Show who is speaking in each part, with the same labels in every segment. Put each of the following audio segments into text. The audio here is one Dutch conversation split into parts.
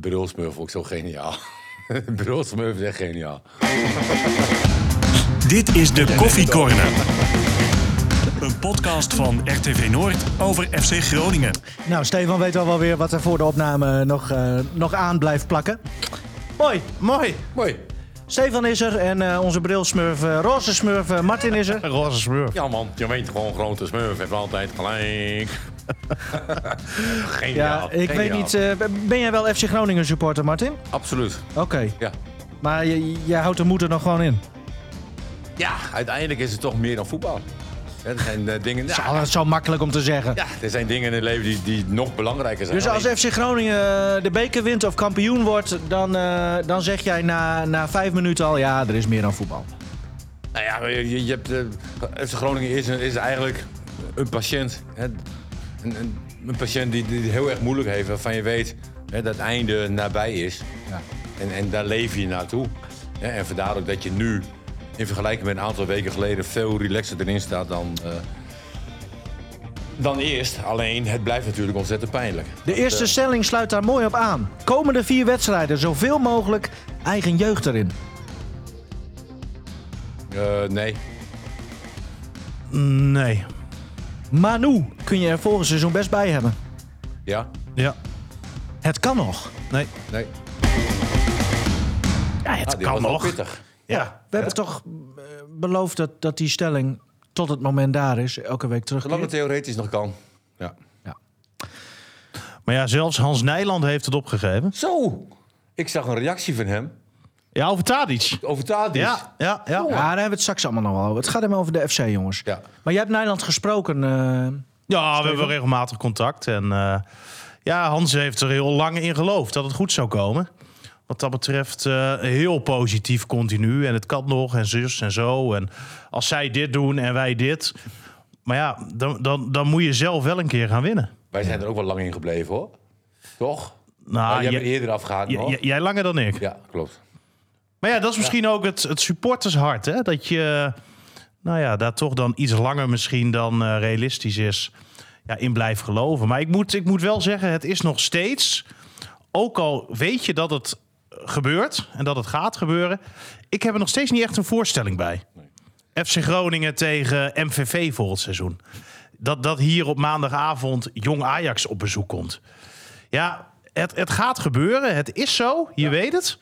Speaker 1: Brulsmurf vond ik zo geniaal. Brulsmurf is echt geniaal.
Speaker 2: Dit is de Koffiecorner. Een podcast van RTV Noord over FC Groningen.
Speaker 3: Nou, Stefan weet al wel weer wat er voor de opname nog, eh, nog aan blijft plakken. Mooi, mooi.
Speaker 1: Mooi.
Speaker 3: Stefan is er en eh, onze brilsmurf, eh roze smurf, eh, Martin is er.
Speaker 4: Roze smurf.
Speaker 1: Ja man, je weet gewoon grote smurf heeft altijd gelijk.
Speaker 3: Ja,
Speaker 1: geniaal.
Speaker 3: ik weet
Speaker 1: geniaal.
Speaker 3: niet, eh, ben jij wel FC Groningen supporter, Martin?
Speaker 1: Absoluut.
Speaker 3: Oké.
Speaker 1: Ja.
Speaker 3: Maar je- jij houdt de moed er nog gewoon in.
Speaker 1: Ja, uiteindelijk is het toch meer dan voetbal. Ja, Er zijn eh, dingen.
Speaker 3: Dat is
Speaker 1: Ja,
Speaker 3: altijd zo makkelijk om te zeggen.
Speaker 1: ja, er zijn dingen in het leven die, die nog belangrijker zijn.
Speaker 3: Dus als FC Groningen eh, de beker wint of kampioen wordt, dan, eh, dan zeg jij na, na vijf minuten al, ja, er is meer dan voetbal.
Speaker 1: Nou ja, je, je hebt, eh, FC Groningen is, een- is eigenlijk een patiënt. Hè? Een, een, een patiënt die, die het heel erg moeilijk heeft, waarvan je weet hè, dat het einde nabij is. En, en daar leef je naartoe. Hè? En vandaar ook dat je nu, in vergelijking met een aantal weken geleden, veel relaxer erin staat dan, eh, dan eerst. Alleen, het blijft natuurlijk ontzettend pijnlijk.
Speaker 3: De eerste stelling sluit daar mooi op aan. Komende vier wedstrijden zoveel mogelijk eigen jeugd erin.
Speaker 1: Eh, nee,
Speaker 4: Nee.
Speaker 3: Manu kun je er volgend seizoen best bij hebben.
Speaker 1: ja,
Speaker 4: Ja.
Speaker 3: Het kan nog.
Speaker 4: Nee.
Speaker 1: nee.
Speaker 4: Ja, het
Speaker 1: Ah, dit was wel pittig.
Speaker 4: Ja.
Speaker 3: We hebben toch eh, beloofd dat, dat die stelling tot het moment daar is, elke week
Speaker 1: Zolang
Speaker 3: terug.
Speaker 1: het theoretisch nog kan. Ja.
Speaker 4: Maar ja, zelfs Hans Nijland heeft het opgegeven.
Speaker 1: Zo! Ik zag een reactie van hem.
Speaker 4: Ja, over Tadic.
Speaker 1: Over dus. Tadic.
Speaker 4: Ja, ja, ja.
Speaker 3: Ja, daar hebben we het straks allemaal nog wel over. Het gaat helemaal over de FC, jongens.
Speaker 1: Ja.
Speaker 3: Maar jij hebt Nederland gesproken. eh,
Speaker 4: Ja, we hebben regelmatig contact. En eh, ja, Hans heeft er heel lang in geloofd dat het goed zou komen. Wat dat betreft eh, heel positief continu. En het kan nog en zus en zo. En als zij dit doen en wij dit. Maar ja, dan, dan, dan moet je zelf wel een keer gaan winnen.
Speaker 1: Wij zijn er ook wel lang in gebleven hoor. Toch?
Speaker 4: Nou,
Speaker 1: jij
Speaker 4: jij-
Speaker 1: bent eerder afgehaakt.
Speaker 4: J-
Speaker 1: hoor.
Speaker 4: j- jij langer dan ik.
Speaker 1: Ja, klopt.
Speaker 4: Maar ja, dat is misschien ook het, het supportershart. Hè? Dat je nou ja, daar toch dan iets langer misschien dan eh, realistisch is ja, in blijft geloven. Maar ik moet, ik moet wel zeggen, het is nog steeds... Ook al weet je dat het gebeurt en dat het gaat gebeuren... ik heb er nog steeds niet echt een voorstelling bij. FC Groningen tegen MVV volgend seizoen. Dat, dat hier op maandagavond Jong Ajax op bezoek komt. Ja, het, het gaat gebeuren. Het is zo, je weet het.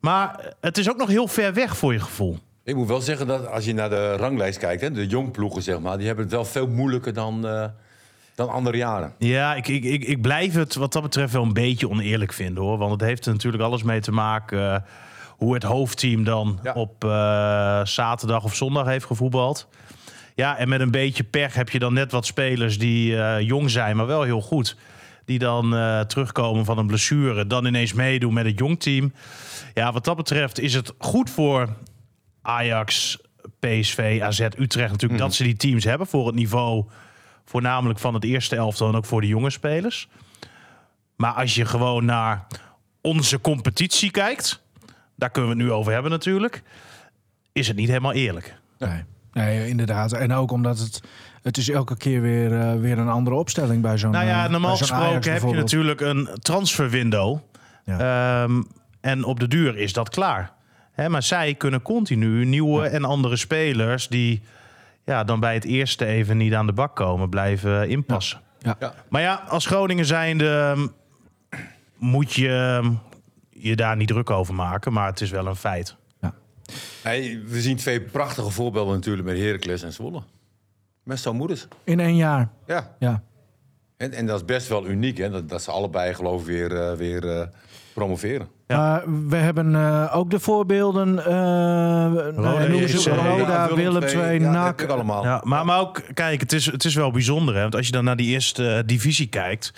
Speaker 4: Maar het is ook nog heel ver weg voor je gevoel.
Speaker 1: Ik moet wel zeggen dat als je naar de ranglijst kijkt, hè, de jongploegen zeg maar, die hebben het wel veel moeilijker dan, eh, dan andere jaren.
Speaker 4: Ja, ik, ik, ik, ik blijf het wat dat betreft wel een beetje oneerlijk vinden hoor. Want het heeft er natuurlijk alles mee te maken eh, hoe het hoofdteam dan
Speaker 1: Ja.
Speaker 4: op eh, zaterdag of zondag heeft gevoetbald. Ja, en met een beetje pech heb je dan net wat spelers die eh, jong zijn, maar wel heel goed. Die dan eh, terugkomen van een blessure, dan ineens meedoen met het jongteam. Ja, wat dat betreft is het goed voor Ajax, PSV, AZ, Utrecht natuurlijk dat ze die teams hebben voor het niveau voornamelijk van het eerste elftal en ook voor de jonge spelers. Maar als je gewoon naar onze competitie kijkt, daar kunnen we het nu over hebben natuurlijk, is het niet helemaal eerlijk.
Speaker 3: nee. nee, inderdaad. En ook omdat het, het is elke keer weer, eh, weer een andere opstelling bij zo'n
Speaker 4: Nou ja,
Speaker 3: eh,
Speaker 4: normaal
Speaker 3: bij zo'n Ajax
Speaker 4: gesproken heb je
Speaker 3: bijvoorbeeld.
Speaker 4: natuurlijk een transferwindow. Ehm, en op de duur is dat klaar. Hè, maar zij kunnen continu nieuwe en andere spelers die ja, dan bij het eerste even niet aan de bak komen, blijven inpassen.
Speaker 3: Ja.
Speaker 1: Ja.
Speaker 4: Maar ja, als Groningen zijnde ehm, moet je ehm, je daar niet druk over maken. Maar het is wel een feit.
Speaker 1: Hey, we zien twee prachtige voorbeelden natuurlijk met Heracles en Zwolle. Met zo'n moeders.
Speaker 3: In één jaar.
Speaker 1: Ja.
Speaker 3: Ja.
Speaker 1: En, en dat is best wel uniek hè, dat, dat ze allebei geloof ik weer, eh, weer eh, promoveren.
Speaker 3: Maar we hebben eh, ook de voorbeelden. eh Roda,
Speaker 4: Roda,
Speaker 3: noemen ze
Speaker 1: eh,
Speaker 4: JC.
Speaker 3: Roda Willem II,
Speaker 1: ja,
Speaker 3: NAC.
Speaker 1: heb ik allemaal.
Speaker 4: Ja, maar, maar ook, kijk, het is, het is wel bijzonder. Hè? Want als je dan naar die eerste eh, divisie kijkt.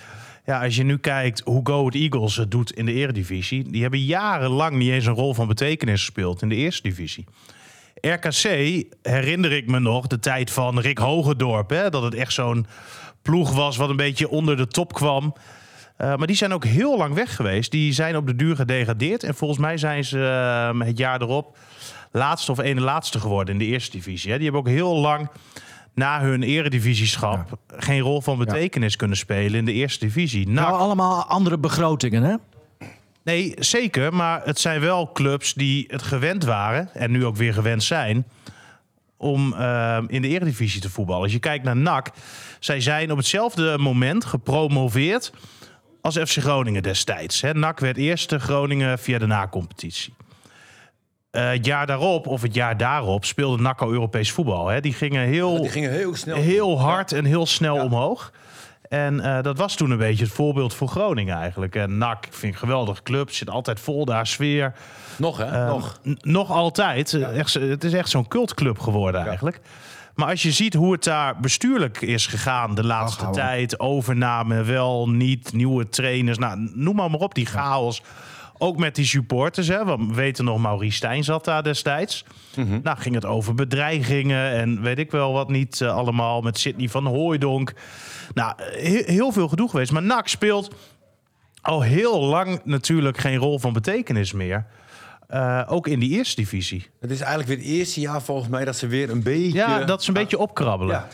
Speaker 4: Ja, als je nu kijkt hoe Go Ahead Eagles het doet in de eredivisie. Die hebben jarenlang niet eens een rol van betekenis gespeeld in de eerste divisie. RKC herinner ik me nog de tijd van Rick Hogendorp. Hè? Dat het echt zo'n ploeg was wat een beetje onder de top kwam. Eh, maar die zijn ook heel lang weg geweest. Die zijn op de duur gedegradeerd. En volgens mij zijn ze eh, het jaar erop laatste of ene laatste geworden in de eerste divisie. Hè? Die hebben ook heel lang na hun eredivisieschap geen rol van betekenis kunnen spelen in de eerste divisie. Nou,
Speaker 3: Nou, allemaal andere begrotingen, hè?
Speaker 4: Nee, zeker. Maar het zijn wel clubs die het gewend waren en nu ook weer gewend zijn om eh, in de Eredivisie te voetballen. Als je kijkt naar NAC, zij zijn op hetzelfde moment gepromoveerd als FC Groningen destijds. Hè. NAC werd eerste Groningen via de na-competitie. Eh, het jaar daarop, of het jaar daarop, speelde NAC al Europees voetbal. Hè. Die gingen heel...
Speaker 1: Die gingen heel snel.
Speaker 4: Heel hard en heel snel omhoog. En eh, dat was toen een beetje het voorbeeld voor Groningen eigenlijk. En NAC, ik vind een geweldig club. Zit altijd vol daar, sfeer.
Speaker 1: Nog, hè?
Speaker 4: Eh,
Speaker 1: nog.
Speaker 4: n- nog altijd. Eh, Echt, zo- het is echt zo'n cultclub geworden eigenlijk. Maar als je ziet hoe het daar bestuurlijk is gegaan de laatste
Speaker 5: Ach, ouwe.
Speaker 4: tijd. Overname, wel, niet, nieuwe trainers. Nou, noem maar, maar op die chaos. Ook met die supporters. Hè? Want we weten nog, Maurice Stijn zat daar destijds. Nou, ging het over bedreigingen en weet ik wel wat niet eh, allemaal. Met Sidney van Hooijdonk. Nou, he- heel veel gedoe geweest. Maar NAC speelt al heel lang natuurlijk geen rol van betekenis meer. Eh, ook in die eerste divisie.
Speaker 1: Het is eigenlijk weer het eerste jaar volgens mij dat ze weer een beetje...
Speaker 4: Ja, dat is een beetje opkrabbelen.
Speaker 1: Ja.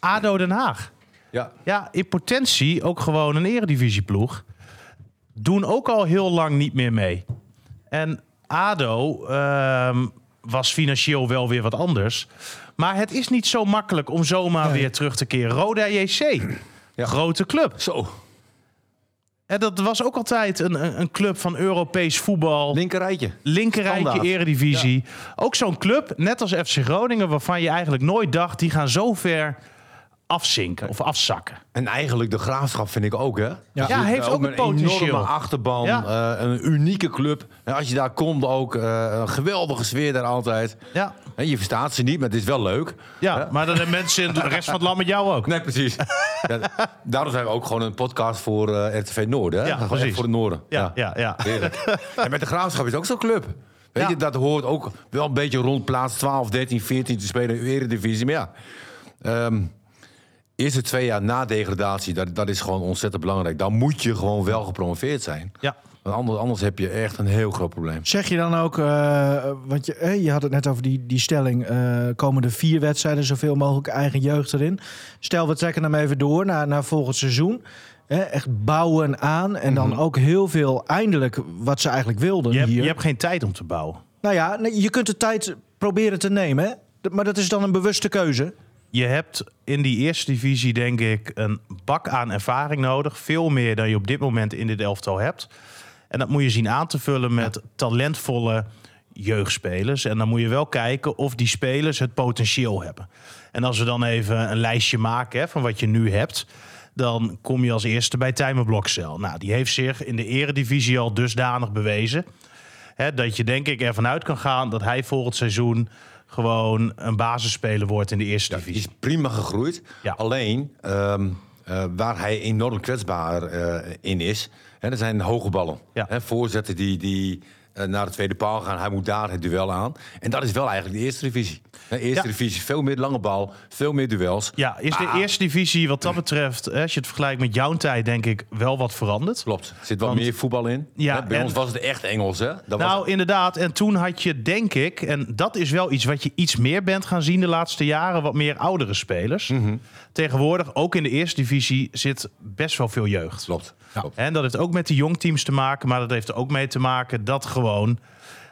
Speaker 4: ADO Den Haag.
Speaker 1: Ja.
Speaker 4: Ja, in potentie ook gewoon een eredivisieploeg. Doen ook al heel lang niet meer mee. En ADO ehm, was financieel wel weer wat anders. Maar het is niet zo makkelijk om zomaar weer terug te keren. Roda JC, grote club.
Speaker 1: Zo,
Speaker 4: En dat was ook altijd een, een een club van Europees voetbal.
Speaker 1: linkerrijtje.
Speaker 4: Linkerrijtje
Speaker 1: Standaard.
Speaker 4: Eredivisie. Ook zo'n club, net als FC Groningen, waarvan je eigenlijk nooit dacht... die gaan zo ver afzinken of afzakken.
Speaker 1: En eigenlijk de graafschap vind ik ook, hè?
Speaker 4: Ja, heeft ook
Speaker 1: een
Speaker 4: een potentieel.
Speaker 1: enorme achterban,
Speaker 4: Ja.
Speaker 1: eh, een unieke club. En als je daar komt ook, eh, een geweldige sfeer daar altijd.
Speaker 4: Ja,
Speaker 1: En je verstaat ze niet, maar het is wel leuk.
Speaker 4: ja maar dan hebben mensen in de rest van het land met jou ook.
Speaker 1: Nee, precies. ja, daarom zijn we ook gewoon een podcast voor eh, RTV Noorden, hè?
Speaker 4: Ja,
Speaker 1: gewoon echt
Speaker 4: precies.
Speaker 1: voor de Noorden.
Speaker 4: Ja, ja, ja.
Speaker 1: Heerlijk. en met de Graafschap is het ook zo'n club. Weet
Speaker 4: Ja.
Speaker 1: je, dat hoort ook wel een beetje rond plaats 12, 13, 14 te spelen in de Eredivisie. Maar ja, ehm, eerste twee jaar na degradatie, dat, dat is gewoon ontzettend belangrijk. Dan moet je gewoon wel gepromoveerd zijn.
Speaker 4: Ja.
Speaker 1: Want anders, anders heb je echt een heel groot probleem.
Speaker 3: Zeg je dan ook, eh, want je, eh, je had het net over die, die stelling, eh, komen er vier wedstrijden zoveel mogelijk eigen jeugd erin. Stel, we trekken hem even door naar, naar volgend seizoen. Hè, echt bouwen aan en dan ook heel veel eindelijk wat ze eigenlijk wilden
Speaker 4: Je hebt,
Speaker 3: hier.
Speaker 4: je hebt geen tijd om te bouwen.
Speaker 3: Nou ja, nee, je kunt de tijd proberen te nemen, hè? D- maar dat is dan een bewuste keuze.
Speaker 4: Je hebt in die eerste divisie, denk ik, een bak aan ervaring nodig. Veel meer dan je op dit moment in dit elftal hebt. En dat moet je zien aan te vullen met talentvolle jeugdspelers. En dan moet je wel kijken of die spelers het potentieel hebben. En als we dan even een lijstje maken hè, van wat je nu hebt... dan kom je als eerste bij Tijmen Blokcel. Nou, die heeft zich in de eredivisie al dusdanig bewezen... Hè, dat je denk ik ervan uit kan gaan dat hij volgend seizoen... gewoon een basisspeler wordt in de eerste
Speaker 1: Ja, die
Speaker 4: divisie.
Speaker 1: is prima gegroeid.
Speaker 4: Ja.
Speaker 1: Alleen ehm, eh, waar hij enorm kwetsbaar eh, in is, hè, dat zijn hoge ballen.
Speaker 4: Ja.
Speaker 1: Hè, voorzetten die, die eh, naar de tweede paal gaan. Hij moet daar het duel aan. En dat is wel eigenlijk de eerste divisie. Hè, eerste
Speaker 4: Ja.
Speaker 1: divisie, veel meer lange bal, veel meer duels.
Speaker 4: Ja, is
Speaker 1: Ah.
Speaker 4: de eerste divisie wat dat betreft, hè, als je het vergelijkt met jouw tijd, denk ik wel wat veranderd.
Speaker 1: Klopt. Er zit wat
Speaker 4: Want-
Speaker 1: meer voetbal in.
Speaker 4: Ja,
Speaker 1: Hè, bij
Speaker 4: en-
Speaker 1: ons was het echt Engels. Hè? Dat was-
Speaker 4: Nou, inderdaad. En toen had je, denk ik, en dat is wel iets wat je iets meer bent gaan zien de laatste jaren, wat meer oudere spelers.
Speaker 1: Mhm.
Speaker 4: Tegenwoordig, ook in de eerste divisie, zit best wel veel jeugd.
Speaker 1: Klopt. klopt.
Speaker 4: En dat heeft ook met de jongteams te maken, maar dat heeft er ook mee te maken dat gewoon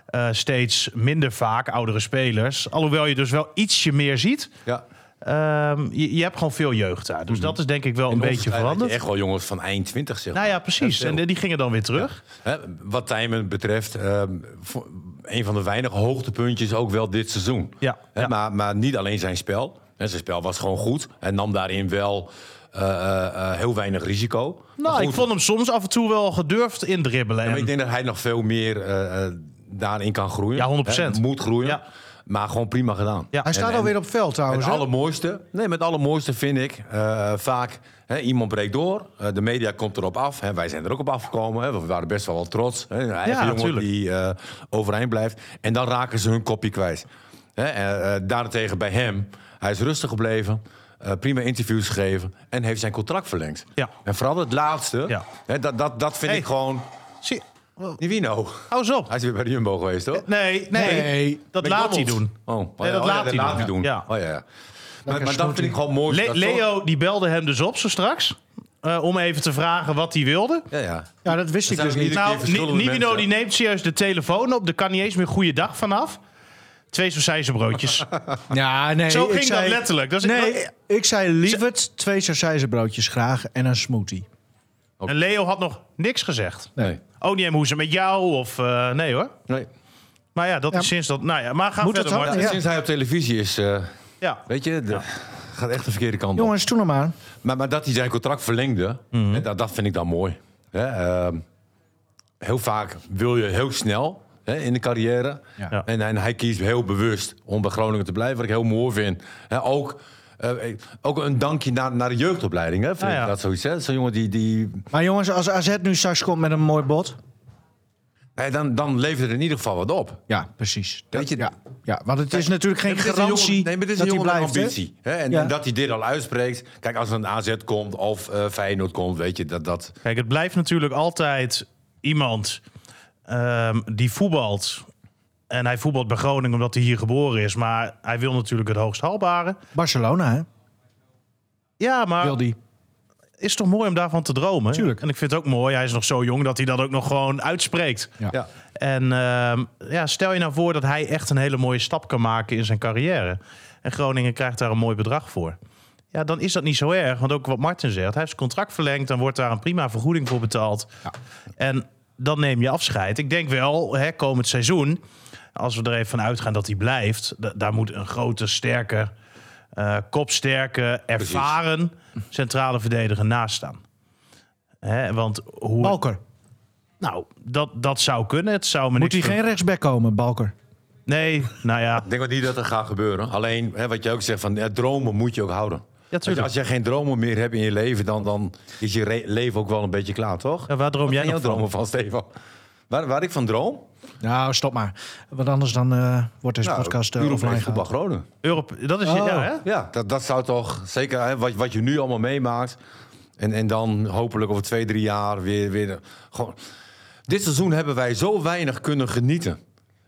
Speaker 4: eh, steeds minder vaak oudere spelers, alhoewel je dus wel ietsje meer ziet,
Speaker 1: Ja.
Speaker 4: ehm, je, je hebt gewoon veel jeugd daar. Dus dat is denk ik wel een
Speaker 1: Mhm. In onze
Speaker 4: beetje
Speaker 1: tijd had je
Speaker 4: veranderd.
Speaker 1: Echt wel jongens van 21, zeg
Speaker 4: Nou ja, precies.
Speaker 1: Dat is
Speaker 4: En
Speaker 1: heel-
Speaker 4: die gingen dan weer terug.
Speaker 1: Hè, wat Tijmen betreft, ehm, vo- een van de weinige hoogtepuntjes ook wel dit seizoen.
Speaker 4: Ja,
Speaker 1: Hè,
Speaker 4: ja.
Speaker 1: Maar, maar niet alleen zijn spel. Hè, zijn spel was gewoon goed en nam daarin wel eh, eh, eh, heel weinig risico. Maar
Speaker 4: Nou,
Speaker 1: goed,
Speaker 4: ik vond hem soms af en toe wel gedurfd indribbelen.
Speaker 1: maar ik
Speaker 4: En,
Speaker 1: denk dat hij nog veel meer eh, eh, daarin kan groeien.
Speaker 4: Ja, 100%.
Speaker 1: Hè, moet groeien.
Speaker 4: Ja.
Speaker 1: Maar gewoon prima gedaan.
Speaker 4: Ja.
Speaker 3: Hij staat
Speaker 1: en-
Speaker 3: alweer op veld trouwens.
Speaker 1: Het
Speaker 3: hè?
Speaker 1: allermooiste, nee, met het allermooiste vind ik eh, vaak hè, iemand breekt door. eh, de media komt erop af. Hè, wij zijn er ook op afgekomen. Hè, we waren best wel wel trots. Hè, een eigen jongen
Speaker 4: tuurlijk.
Speaker 1: die eh, overeind blijft. En dan raken ze hun kopje kwijt. Hè, eh, eh, daarentegen bij hem, hij is rustig gebleven. eh, prima interviews gegeven en heeft zijn contract verlengd.
Speaker 4: Ja.
Speaker 1: En vooral het laatste,
Speaker 4: Ja.
Speaker 1: hè, dat, dat, dat vind
Speaker 4: Hey.
Speaker 1: ik gewoon.
Speaker 4: Zie-
Speaker 1: Nivino.
Speaker 4: hou eens op.
Speaker 1: Hij is weer bij de Jumbo geweest, hoor.
Speaker 4: Nee, nee,
Speaker 3: Nee.
Speaker 4: dat laat
Speaker 1: McDonald's.
Speaker 4: hij doen.
Speaker 1: Oh, oh
Speaker 4: Nee,
Speaker 1: ja,
Speaker 4: dat
Speaker 1: oh ja,
Speaker 4: laat hij doen. Ja.
Speaker 1: Oh, ja, ja. Maar, maar dat vind ik gewoon mooi.
Speaker 4: Le-
Speaker 1: dat soort-
Speaker 4: Leo die belde hem dus op zo straks. eh, om even te vragen wat hij wilde.
Speaker 1: Ja, ja.
Speaker 3: Ja, dat wist ik
Speaker 1: zijn
Speaker 3: dus
Speaker 1: ook
Speaker 3: niet.
Speaker 1: iedere- keer
Speaker 4: Nou,
Speaker 1: verschillende
Speaker 4: Ni- Nivino
Speaker 1: mensen.
Speaker 4: die neemt serieus de telefoon op. Er kan niet eens meer goede dag vanaf. Twee broodjes.
Speaker 3: Ja, nee,
Speaker 4: Zo
Speaker 3: ik
Speaker 4: ging
Speaker 3: zei-
Speaker 4: dat letterlijk. Dat is
Speaker 3: Nee, ik zei lieverd twee sausijzenbroodjes graag en een smoothie.
Speaker 4: En Leo had nog niks gezegd.
Speaker 1: Nee.
Speaker 4: Oh, niet hem hoe ze met jou of... eh, nee hoor.
Speaker 1: nee.
Speaker 4: Maar ja, dat
Speaker 3: Ja.
Speaker 4: is sinds dat... Nou ja, maar ga
Speaker 3: Moet
Speaker 4: verder,
Speaker 3: dat dan?
Speaker 4: Martin.
Speaker 3: Ja.
Speaker 1: Sinds hij op televisie is, eh,
Speaker 4: Ja.
Speaker 1: weet je, de- gaat echt de verkeerde kant op.
Speaker 3: Jongens, toen nog maar.
Speaker 1: Maar, maar dat hij zijn contract verlengde, hè, dat, dat vind ik dan mooi. Hè, ehm, heel vaak wil je heel snel hè, in de carrière.
Speaker 3: Ja.
Speaker 4: Ja.
Speaker 1: En, en hij kiest heel bewust om bij Groningen te blijven, wat ik heel mooi vind. Hè, ook, eh, eh, ook een dankje naar, naar de jeugdopleiding, hè, vind
Speaker 4: Ah, ja.
Speaker 1: ik dat zoiets. hè. Zo'n jongen die... die
Speaker 3: Maar jongens, als AZ nu straks komt met een mooi bod.
Speaker 1: hè, dan, dan levert er in ieder geval wat op.
Speaker 3: Ja, precies. Dat-
Speaker 1: Weet je-
Speaker 3: ja, ja, want het is natuurlijk geen
Speaker 1: Nee, maar dit is een
Speaker 3: garantie
Speaker 1: jongen- nee, maar dit is
Speaker 3: dat
Speaker 1: een
Speaker 3: hij
Speaker 1: jongen met
Speaker 3: blijft. hè?
Speaker 1: ambitie. Hè? En,
Speaker 3: Ja.
Speaker 1: en dat hij dit al uitspreekt. Kijk, als er een AZ komt of eh Feyenoord komt, weet je, dat... dat
Speaker 4: Kijk, het blijft natuurlijk altijd iemand ehm, die voetbalt. En hij voetbalt bij Groningen omdat hij hier geboren is. Maar hij wil natuurlijk het hoogst haalbare.
Speaker 3: Barcelona, hè?
Speaker 4: Ja, maar
Speaker 3: Wil die.
Speaker 4: is toch mooi om daarvan te dromen.
Speaker 3: Tuurlijk.
Speaker 4: En ik vind het ook mooi, hij is nog zo jong, dat hij dat ook nog gewoon uitspreekt.
Speaker 3: Ja.
Speaker 1: ja.
Speaker 4: En ehm, ja, stel je nou voor dat hij echt een hele mooie stap kan maken in zijn carrière. En Groningen krijgt daar een mooi bedrag voor. Ja, dan is dat niet zo erg. Want ook wat Martin zegt, hij heeft zijn contract verlengd. Dan wordt daar een prima vergoeding voor betaald. En dan neem je afscheid. Ik denk wel, hè, komend seizoen, als we er even van uitgaan dat hij blijft, da- daar moet een grote, sterke, eh, kopsterke, ervaren centrale verdediger naast staan. Hè, want hoe.
Speaker 3: Balker.
Speaker 4: Nou, dat, dat zou kunnen. Het zou me
Speaker 3: Moet hij
Speaker 4: niks
Speaker 3: geen
Speaker 4: ver-
Speaker 3: rechtsback komen, Balker?
Speaker 4: Nee, nou ja.
Speaker 1: Ik denk ook niet dat dat gaat gebeuren. Alleen, hè, wat je ook zegt, van, ja, dromen moet je ook houden.
Speaker 4: tuurlijk.
Speaker 1: Weet je, als je geen dromen meer hebt in je leven, dan, dan is je re- leven ook wel een beetje klaar, toch?
Speaker 4: Ja, waar droom jij
Speaker 1: Wat zijn
Speaker 4: nog
Speaker 1: jouw dromen
Speaker 4: van?
Speaker 1: van, Stefan? Waar, waar ik van droom?
Speaker 3: Nou, stop maar. Want anders dan eh, wordt
Speaker 1: Nou,
Speaker 3: deze podcast eh, offline
Speaker 1: Europees
Speaker 3: gehaald.
Speaker 1: voetbal Groningen.
Speaker 4: Europe, dat is
Speaker 3: Oh.
Speaker 4: ja, hè?
Speaker 1: Ja, dat, dat zou toch zeker hè, wat, wat je nu allemaal meemaakt. En, en dan hopelijk over twee, drie jaar weer. weer gewoon. Dit seizoen hebben wij zo weinig kunnen genieten.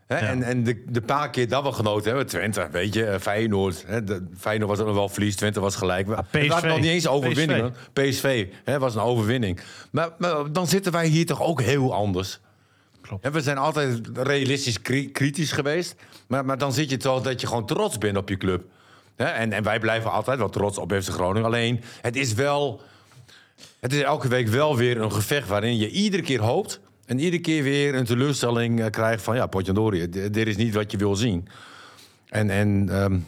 Speaker 1: Hè, En, en de, de paar keer dat we genoten hebben, Twente, weet je, eh, Feyenoord. Hè, de, Feyenoord was ook nog wel verlies, Twente was gelijk. We
Speaker 4: PSV.
Speaker 1: het waren nog niet eens overwinningen. PSV, hè, was een overwinning. Maar, maar dan zitten wij hier toch ook heel anders. Hè, we zijn altijd realistisch kri- kritisch geweest. Maar, maar dan zit je toch dat je gewoon trots bent op je club. Hè, en, en wij blijven altijd wel trots op FC Groningen. Alleen, het is wel... Het is elke week wel weer een gevecht waarin je iedere keer hoopt... en iedere keer weer een teleurstelling eh, krijgt van... ja, Potjandori, d- dit is niet wat je wil zien. En, en ehm,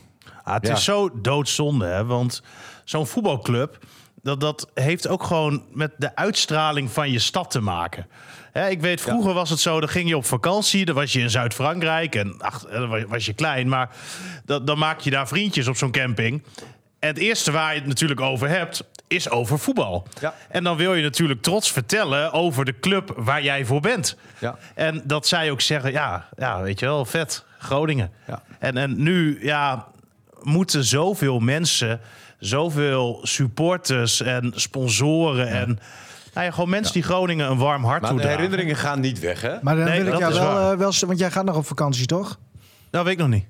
Speaker 4: Ah, het
Speaker 1: Ja.
Speaker 4: is zo doodzonde, hè? Want zo'n voetbalclub, dat, dat heeft ook gewoon met de uitstraling van je stad te maken. Hè, ik weet, vroeger was het zo, dan ging je op vakantie, dan was je in Zuid-Frankrijk en ach, eh, dan wa- was je klein, maar dat, dan maak je daar vriendjes op zo'n camping. En het eerste waar je het natuurlijk over hebt, is over voetbal.
Speaker 1: Ja.
Speaker 4: En dan wil je natuurlijk trots vertellen over de club waar jij voor bent.
Speaker 1: Ja.
Speaker 4: En dat zij ook zeggen, ja, ja weet je wel, vet, Groningen.
Speaker 1: Ja.
Speaker 4: En, en nu ja, moeten zoveel mensen, zoveel supporters en sponsoren... en nou ja, gewoon mensen die Groningen een warm hart
Speaker 1: maar de
Speaker 4: toedragen.
Speaker 1: herinneringen gaan niet weg, hè?
Speaker 3: Maar dan
Speaker 4: Nee,
Speaker 3: wil ik
Speaker 4: dat
Speaker 3: jou
Speaker 4: is
Speaker 3: wel,
Speaker 4: waar.
Speaker 3: eh, wel... Want jij gaat nog op vakantie, toch?
Speaker 4: Dat Nou, weet ik nog niet.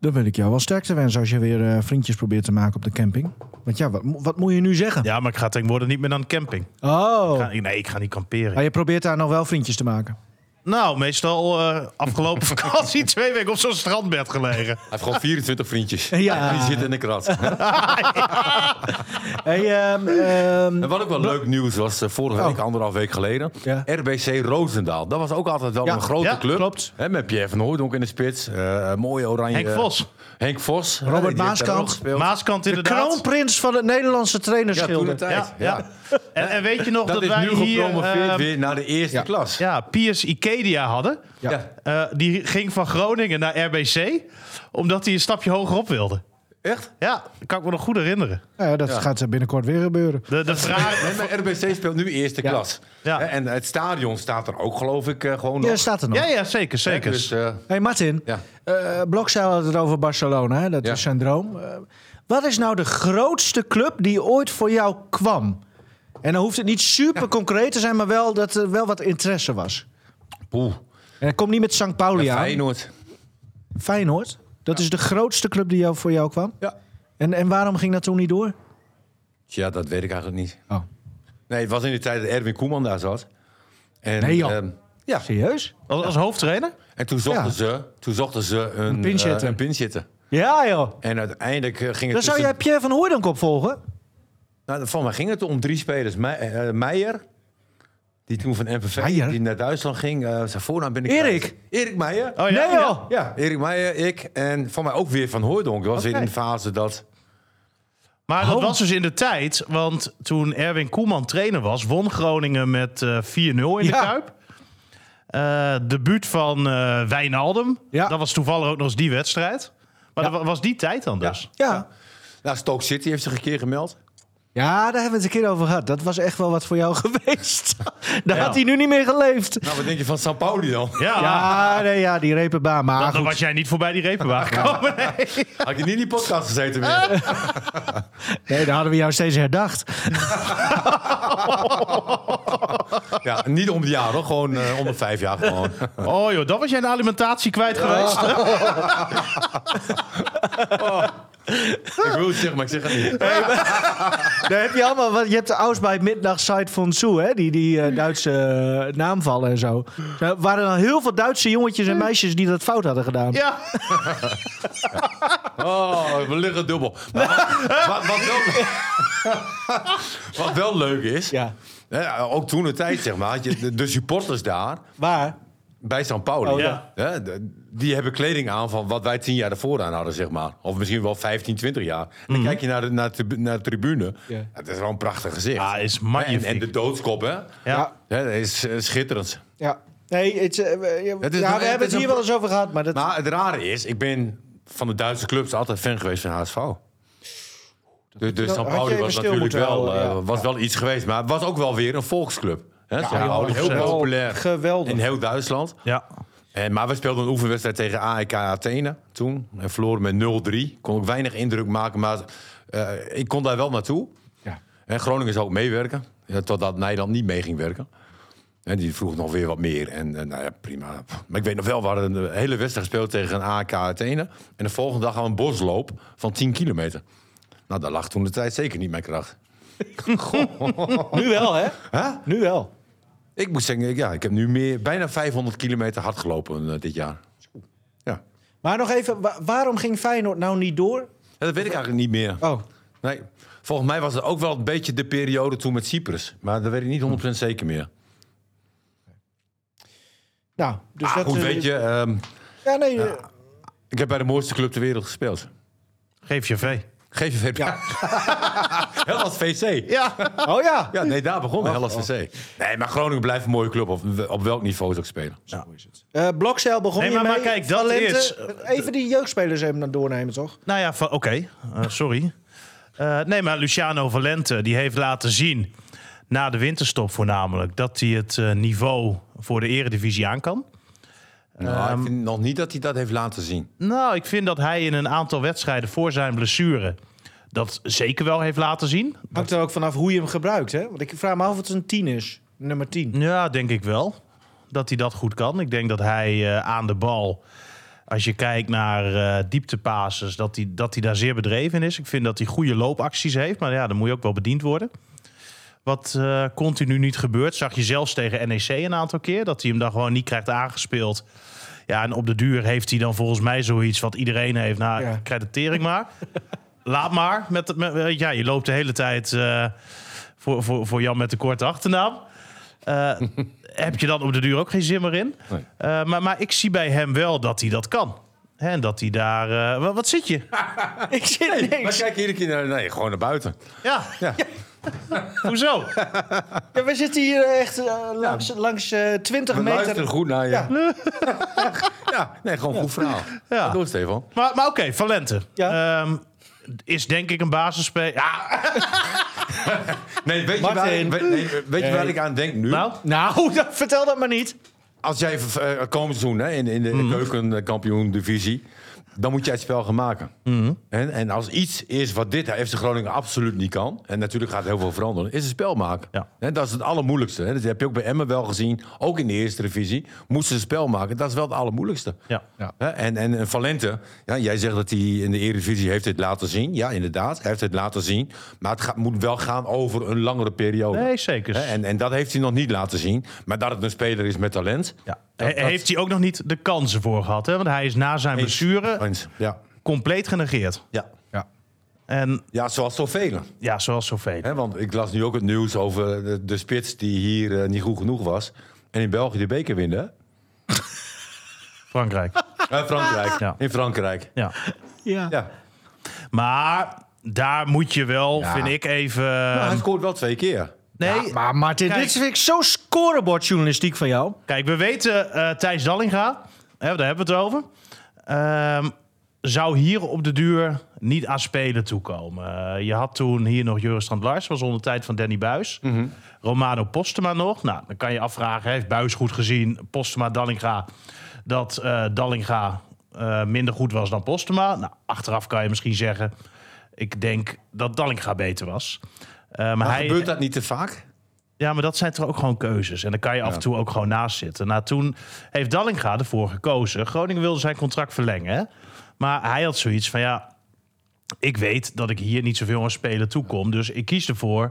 Speaker 3: Dan wil ik jou wel sterkte wensen als je weer eh, vriendjes probeert te maken op de camping. Want ja, wat, mo- wat moet je nu zeggen?
Speaker 4: Ja, maar ik ga tegenwoordig niet meer naar een camping.
Speaker 3: Oh,
Speaker 4: Ik ga- nee, ik ga niet kamperen.
Speaker 3: maar je probeert daar nog wel vriendjes te maken.
Speaker 4: Nou, meestal eh, afgelopen vakantie twee weken op zo'n strandbed gelegen.
Speaker 1: Hij heeft gewoon 24 vriendjes.
Speaker 3: Ja.
Speaker 1: Die zitten in de krat.
Speaker 3: Hey, ehm, ehm,
Speaker 1: En wat ook wel leuk nieuws was, eh, vorige week,
Speaker 3: Oh.
Speaker 1: anderhalf week geleden.
Speaker 3: Ja.
Speaker 1: RBC Roosendaal. Dat was ook altijd wel
Speaker 3: Ja,
Speaker 1: een grote
Speaker 4: ja,
Speaker 1: club.
Speaker 3: klopt.
Speaker 1: Hè, met Pierre van Hooydonk in de spits. eh, mooie oranje...
Speaker 4: Henk Vos.
Speaker 1: Henk Vos.
Speaker 3: Robert
Speaker 1: hè, die heeft daar
Speaker 3: Maaskant.
Speaker 1: ook gespeeld.
Speaker 4: Maaskant
Speaker 3: de
Speaker 4: inderdaad.
Speaker 3: kroonprins van het Nederlandse
Speaker 1: Ja, toen
Speaker 3: trainerschilder.
Speaker 1: de tijd. Ja,
Speaker 4: En, en weet je nog dat,
Speaker 1: Dat, is
Speaker 4: wij
Speaker 1: nu
Speaker 4: hier
Speaker 1: gepromoveerd
Speaker 4: eh,
Speaker 1: weer naar de eerste
Speaker 3: ja.
Speaker 1: klas.
Speaker 4: ja, Piers Ikedia hadden?
Speaker 1: Ja.
Speaker 4: Eh, die ging van Groningen naar RBC, omdat hij een stapje hoger op wilde.
Speaker 1: Echt?
Speaker 4: Ja, dat kan ik me nog goed herinneren.
Speaker 3: Nou ja, dat gaat eh, binnenkort weer gebeuren.
Speaker 4: De, de vraag...
Speaker 1: Nee, maar RBC speelt nu eerste
Speaker 3: Ja.
Speaker 1: klas.
Speaker 4: Ja.
Speaker 1: Hè, En het stadion staat er ook, geloof ik, eh, gewoon
Speaker 3: Ja,
Speaker 1: nog.
Speaker 3: staat er nog.
Speaker 4: Ja, ja, zeker,
Speaker 1: Hè,
Speaker 4: zeker.
Speaker 1: Dus, eh,
Speaker 3: Hey Martin,
Speaker 1: Ja.
Speaker 3: eh, Blokzeil had het over Barcelona, hè? dat
Speaker 1: Ja.
Speaker 3: is zijn droom. Eh, wat is nou de grootste club die ooit voor jou kwam? En dan hoeft het niet super concreet te zijn, maar wel dat er wel wat interesse was.
Speaker 1: poeh.
Speaker 3: En dat komt niet met St. Pauli
Speaker 1: Ja,
Speaker 3: aan.
Speaker 1: Feyenoord.
Speaker 3: Feyenoord, dat is de grootste club die jou, voor jou kwam.
Speaker 1: Ja.
Speaker 3: En, en waarom ging dat toen niet door?
Speaker 1: Tja, dat weet ik eigenlijk niet.
Speaker 3: Oh.
Speaker 1: Nee, het was in de tijd dat Erwin Koeman daar zat. En,
Speaker 3: Nee, joh.
Speaker 1: ehm, ja,
Speaker 3: Serieus?
Speaker 4: Als, als hoofdtrainer?
Speaker 1: en toen zochten,
Speaker 3: Ja.
Speaker 1: ze, toen zochten ze een,
Speaker 3: Een pinshitter.
Speaker 1: eh, een pinshitter.
Speaker 3: Ja, joh.
Speaker 1: En uiteindelijk eh, ging
Speaker 3: Dan
Speaker 1: het...
Speaker 3: zou
Speaker 1: tussen-
Speaker 3: jij Pierre van Hooydonk opvolgen?
Speaker 1: Nou, van mij ging het om drie spelers. Me eh, Meijer, die toen van MVV
Speaker 3: Meijer?
Speaker 1: die naar Duitsland ging. eh, zijn voornaam ben ik
Speaker 3: Erik?
Speaker 1: kwijt. Erik Meijer.
Speaker 4: Oh, ja?
Speaker 3: nee, joh.
Speaker 1: Ja, Erik Meijer, ik en van mij ook weer Van Hooydonk. Dat was
Speaker 3: Oké.
Speaker 1: weer in de fase dat...
Speaker 4: Maar dat
Speaker 3: Oh.
Speaker 4: was dus in de tijd, want toen Erwin Koeman trainer was, won Groningen met eh, 4-0 in de
Speaker 3: Ja.
Speaker 4: Kuip. Eh debuut van eh Wijnaldum.
Speaker 3: Ja.
Speaker 4: Dat was toevallig ook nog eens die wedstrijd. Maar dat wa- was die tijd dan dus.
Speaker 3: Ja.
Speaker 1: Nou, Stoke City heeft zich een keer gemeld.
Speaker 3: Ja, daar hebben we het een keer over gehad. Dat was echt wel wat voor jou geweest. daar
Speaker 4: Ja.
Speaker 3: had hij nu niet meer geleefd.
Speaker 1: Nou, wat denk je van San Pauli dan?
Speaker 4: Ja, Ah,
Speaker 3: Ja, nee, ja die repenbaan. Maar
Speaker 4: dan,
Speaker 3: goed.
Speaker 4: dan was jij niet voorbij die repenbaan gekomen. Nee.
Speaker 1: Had je niet in die podcast gezeten meer?
Speaker 3: Nee, daar hadden we jou steeds herdacht.
Speaker 1: Ja, niet om het jaar hoor, gewoon eh, om de vijf jaar gewoon.
Speaker 4: Oh joh, dan was jij de alimentatie kwijt geweest.
Speaker 1: ik wil het zeggen, maar ik zeg het niet.
Speaker 3: Daar heb je allemaal. wat- Je hebt de Aus bij Middag Side von Soe, hè? Die, die eh, Duitse eh, naamvallen en zo. Er waren al heel veel Duitse jongetjes en meisjes die dat fout hadden gedaan.
Speaker 4: Ja.
Speaker 1: Oh, we liggen dubbel. Maar wat, wat, wat wel, wat wel leuk is,
Speaker 3: Ja.
Speaker 1: hè, ook toen de tijd zeg maar, had je de, de supporters daar
Speaker 3: Maar,
Speaker 1: bij San Pauli,
Speaker 3: Oh,
Speaker 4: ja.
Speaker 1: hè, de- die hebben kleding aan van wat wij tien jaar ervoor aan hadden zeg maar. Of misschien wel 15, 20 jaar. En dan kijk je naar de, naar de, tribu- naar de tribune.
Speaker 3: Mhm. Ja. Ah,
Speaker 1: Het is wel een prachtig gezicht.
Speaker 4: Ja, is
Speaker 1: en,
Speaker 4: magnifiek.
Speaker 1: en de doodskop, hè?
Speaker 3: ja.
Speaker 4: Ja.
Speaker 1: Hè, dat is eh, schitterend.
Speaker 3: ja. Nee, het, eh, we- ja,
Speaker 1: Het is
Speaker 3: we
Speaker 1: nog-
Speaker 3: hebben
Speaker 1: het
Speaker 3: het
Speaker 1: is
Speaker 3: hier
Speaker 1: een- Nou.
Speaker 3: wel eens over gehad, maar dat...
Speaker 1: Maar het rare is, ik ben van de Duitse clubs altijd fan geweest van HSV. Dus, dus
Speaker 3: had
Speaker 1: San
Speaker 3: je
Speaker 1: Pauli
Speaker 3: even
Speaker 1: was
Speaker 3: stil
Speaker 1: natuurlijk
Speaker 3: moeten
Speaker 1: wel,
Speaker 3: houden,
Speaker 1: eh,
Speaker 3: ja.
Speaker 1: was wel iets geweest. Maar het was ook wel weer een volksclub. Hè? San Pauli,
Speaker 3: joh,
Speaker 1: heel
Speaker 4: geweldig.
Speaker 1: populair
Speaker 3: Geweldig.
Speaker 1: in heel Duitsland.
Speaker 4: Ja.
Speaker 1: En, Eh, maar we speelden een oefenwedstrijd tegen AEK Athene toen. En verloren met 0-3. Kon ook weinig indruk maken, maar eh, ik kon daar wel naartoe.
Speaker 3: Ja.
Speaker 1: En Groningen zou ook meewerken. Ja, totdat Nijland niet mee ging werken. En die vroeg nog weer wat meer. En, eh, nou ja, prima. Maar ik weet nog wel, we hadden een hele wedstrijd gespeeld tegen een AK Athene. En de volgende dag hadden we een bosloop van 10 kilometer. Nou, daar lag toen de tijd zeker niet mijn kracht.
Speaker 3: Nu wel, hè?
Speaker 1: Hè?
Speaker 3: Nu wel.
Speaker 1: Ik moet zeggen, ja, ik heb nu meer, bijna 500 kilometer hard gelopen eh, dit jaar. Ja.
Speaker 3: Maar nog even, wa- waarom ging Feyenoord nou niet door?
Speaker 1: Ja, dat weet ik eigenlijk niet meer.
Speaker 3: Oh,
Speaker 1: Nee, volgens mij was het ook wel een beetje de periode toen met Cyprus. Maar dat weet ik niet 100% zeker meer.
Speaker 3: nou. Dus
Speaker 1: ah,
Speaker 3: dat,
Speaker 1: goed,
Speaker 3: eh,
Speaker 1: weet je, ehm,
Speaker 3: Ja, nee. eh,
Speaker 1: ik heb bij de mooiste club ter wereld gespeeld.
Speaker 4: Geef je V.
Speaker 1: GVV. Ja. Hellas VC.
Speaker 4: Ja.
Speaker 3: Oh ja.
Speaker 1: Ja, nee, daar begon Hellas VC. Nee, maar Groningen blijft een mooie club, op, op welk niveau ze ook spelen.
Speaker 3: Eh Blokzeil begon
Speaker 4: Nee,
Speaker 3: je
Speaker 4: maar- maar
Speaker 3: mee,
Speaker 4: kijk, dat
Speaker 3: Valente.
Speaker 4: is-
Speaker 3: Even die jeugdspelers even dan doornemen, toch?
Speaker 4: Nou ja, va- oké. Eh, sorry. Eh, nee, maar Luciano Valente die heeft laten zien, na de winterstop voornamelijk, dat hij het eh, niveau voor de eredivisie aan kan.
Speaker 1: Nou, ik vind nog niet dat hij dat heeft laten zien.
Speaker 4: Nou, ik vind dat hij in een aantal wedstrijden voor zijn blessure dat zeker wel heeft laten zien.
Speaker 3: Hangt er ook vanaf hoe je hem gebruikt, hè? Want ik vraag me af of het een 10 is. Nummer 10.
Speaker 4: Ja, denk ik wel. Dat hij dat goed kan. Ik denk dat hij eh, aan de bal, als je kijkt naar eh dieptepases, dat hij, dat hij daar zeer bedreven in is. Ik vind dat hij goede loopacties heeft, maar ja, dan moet je ook wel bediend worden. Wat eh, continu niet gebeurt, zag je zelfs tegen NEC een aantal keer, dat hij hem daar gewoon niet krijgt aangespeeld. Ja, en op de duur heeft hij dan volgens mij zoiets wat iedereen heeft. Nou,
Speaker 3: Ja.
Speaker 4: creditering maar. Laat maar. Met, met- met- ja, je loopt de hele tijd eh, voor, voor, voor Jan met de korte achternaam. Eh, heb je dan op de duur ook geen zin meer in?
Speaker 1: Nee.
Speaker 4: Eh, maar, maar ik zie bij hem wel dat hij dat kan. Hè, En dat hij daar. eh, wa- wat zit je?
Speaker 3: Ik zit
Speaker 1: Maar
Speaker 3: niks.
Speaker 1: kijk iedere keer naar, nee, gewoon naar buiten.
Speaker 4: Ja.
Speaker 1: Ja.
Speaker 4: Hoezo?
Speaker 3: Ja, we zitten hier echt eh, langs, langs eh, 20
Speaker 1: We
Speaker 3: meter.
Speaker 1: luisteren goed naar je. Ja, nee, gewoon een goed verhaal.
Speaker 4: Ja.
Speaker 1: Doe het, Stefan.
Speaker 4: Maar, maar oké, Valente.
Speaker 3: Ja.
Speaker 4: Ehm, is denk ik een basisspeler. Ja,
Speaker 1: Nee, weet je,
Speaker 3: Martin.
Speaker 1: waar ik, weet, nee, weet je waar ik aan denk nu?
Speaker 4: nou.
Speaker 3: Nou, dat- vertel dat maar niet.
Speaker 4: Mhm.
Speaker 1: Als jij eh, komend seizoen hè, in, in de keukenkampioen-divisie... dan moet jij het spel gaan maken.
Speaker 4: Mhm.
Speaker 1: En, en als iets is wat dit FC Groningen absoluut niet kan... en natuurlijk gaat heel veel veranderen, is het spel maken.
Speaker 4: Ja.
Speaker 1: Hè, dat is het allermoeilijkste. Hè. Dat heb je ook bij Emmen wel gezien, ook in de eerste divisie. Moesten ze spel maken, dat is wel het allermoeilijkste.
Speaker 4: Ja.
Speaker 3: Ja.
Speaker 1: Hè, En, en, en Valente, ja, jij zegt dat hij in de Eredivisie heeft dit laten zien. Ja, inderdaad, hij heeft het laten zien. Maar het gaat, moet wel gaan over een langere periode.
Speaker 4: Nee, zeker.
Speaker 1: Hè, en, en dat heeft hij nog niet laten zien. Maar dat het een speler is met talent.
Speaker 4: ja.
Speaker 1: dat-
Speaker 4: He- Heeft hij ook nog niet de kansen voor gehad? Hè? Want hij is na zijn blessure
Speaker 1: Eens. Ja.
Speaker 4: compleet genegeerd.
Speaker 1: Ja.
Speaker 3: Ja.
Speaker 4: En
Speaker 1: ja, zoals zoveel.
Speaker 4: ja, zoals zoveel.
Speaker 1: Hè, want ik las nu ook het nieuws over de, de spits die hier eh, niet goed genoeg was. En in België de beker winnen. hè?
Speaker 4: Frankrijk.
Speaker 1: Eh, Frankrijk.
Speaker 4: Ja.
Speaker 1: In Frankrijk.
Speaker 4: Ja.
Speaker 3: Ja.
Speaker 1: Ja.
Speaker 4: Maar daar moet je wel,
Speaker 1: Ja.
Speaker 4: vind ik, even...
Speaker 1: hij scoort wel twee keer.
Speaker 4: nee,
Speaker 3: Ja, maar Martin,
Speaker 4: Kijk.
Speaker 3: dit vind ik zo scorebordjournalistiek van jou.
Speaker 4: Kijk, we weten eh Thijs Dallinga, hè, daar hebben we het over. Ehm, zou hier op de duur niet aan spelen toekomen. Eh, je had toen hier nog Joris Strand Lars, was onder de tijd van Danny Buis. Romano Postema nog. Nou, dan kan je afvragen, heeft Buis goed gezien, Postema, Dallinga, dat eh, Dallinga eh, minder goed was dan Postema. Nou, achteraf kan je misschien zeggen, ik denk dat Dallinga beter was. Eh, maar
Speaker 1: Maar
Speaker 4: hij,
Speaker 1: gebeurt dat niet te vaak?
Speaker 4: ja, maar dat zijn toch ook gewoon keuzes. En dan kan je af en toe ook gewoon naast zitten. Nou, toen heeft Dallinga ervoor gekozen. Groningen wilde zijn contract verlengen. hè. Maar hij had zoiets van, ja, ik weet dat ik hier niet zoveel aan spelen toekom. Dus ik kies ervoor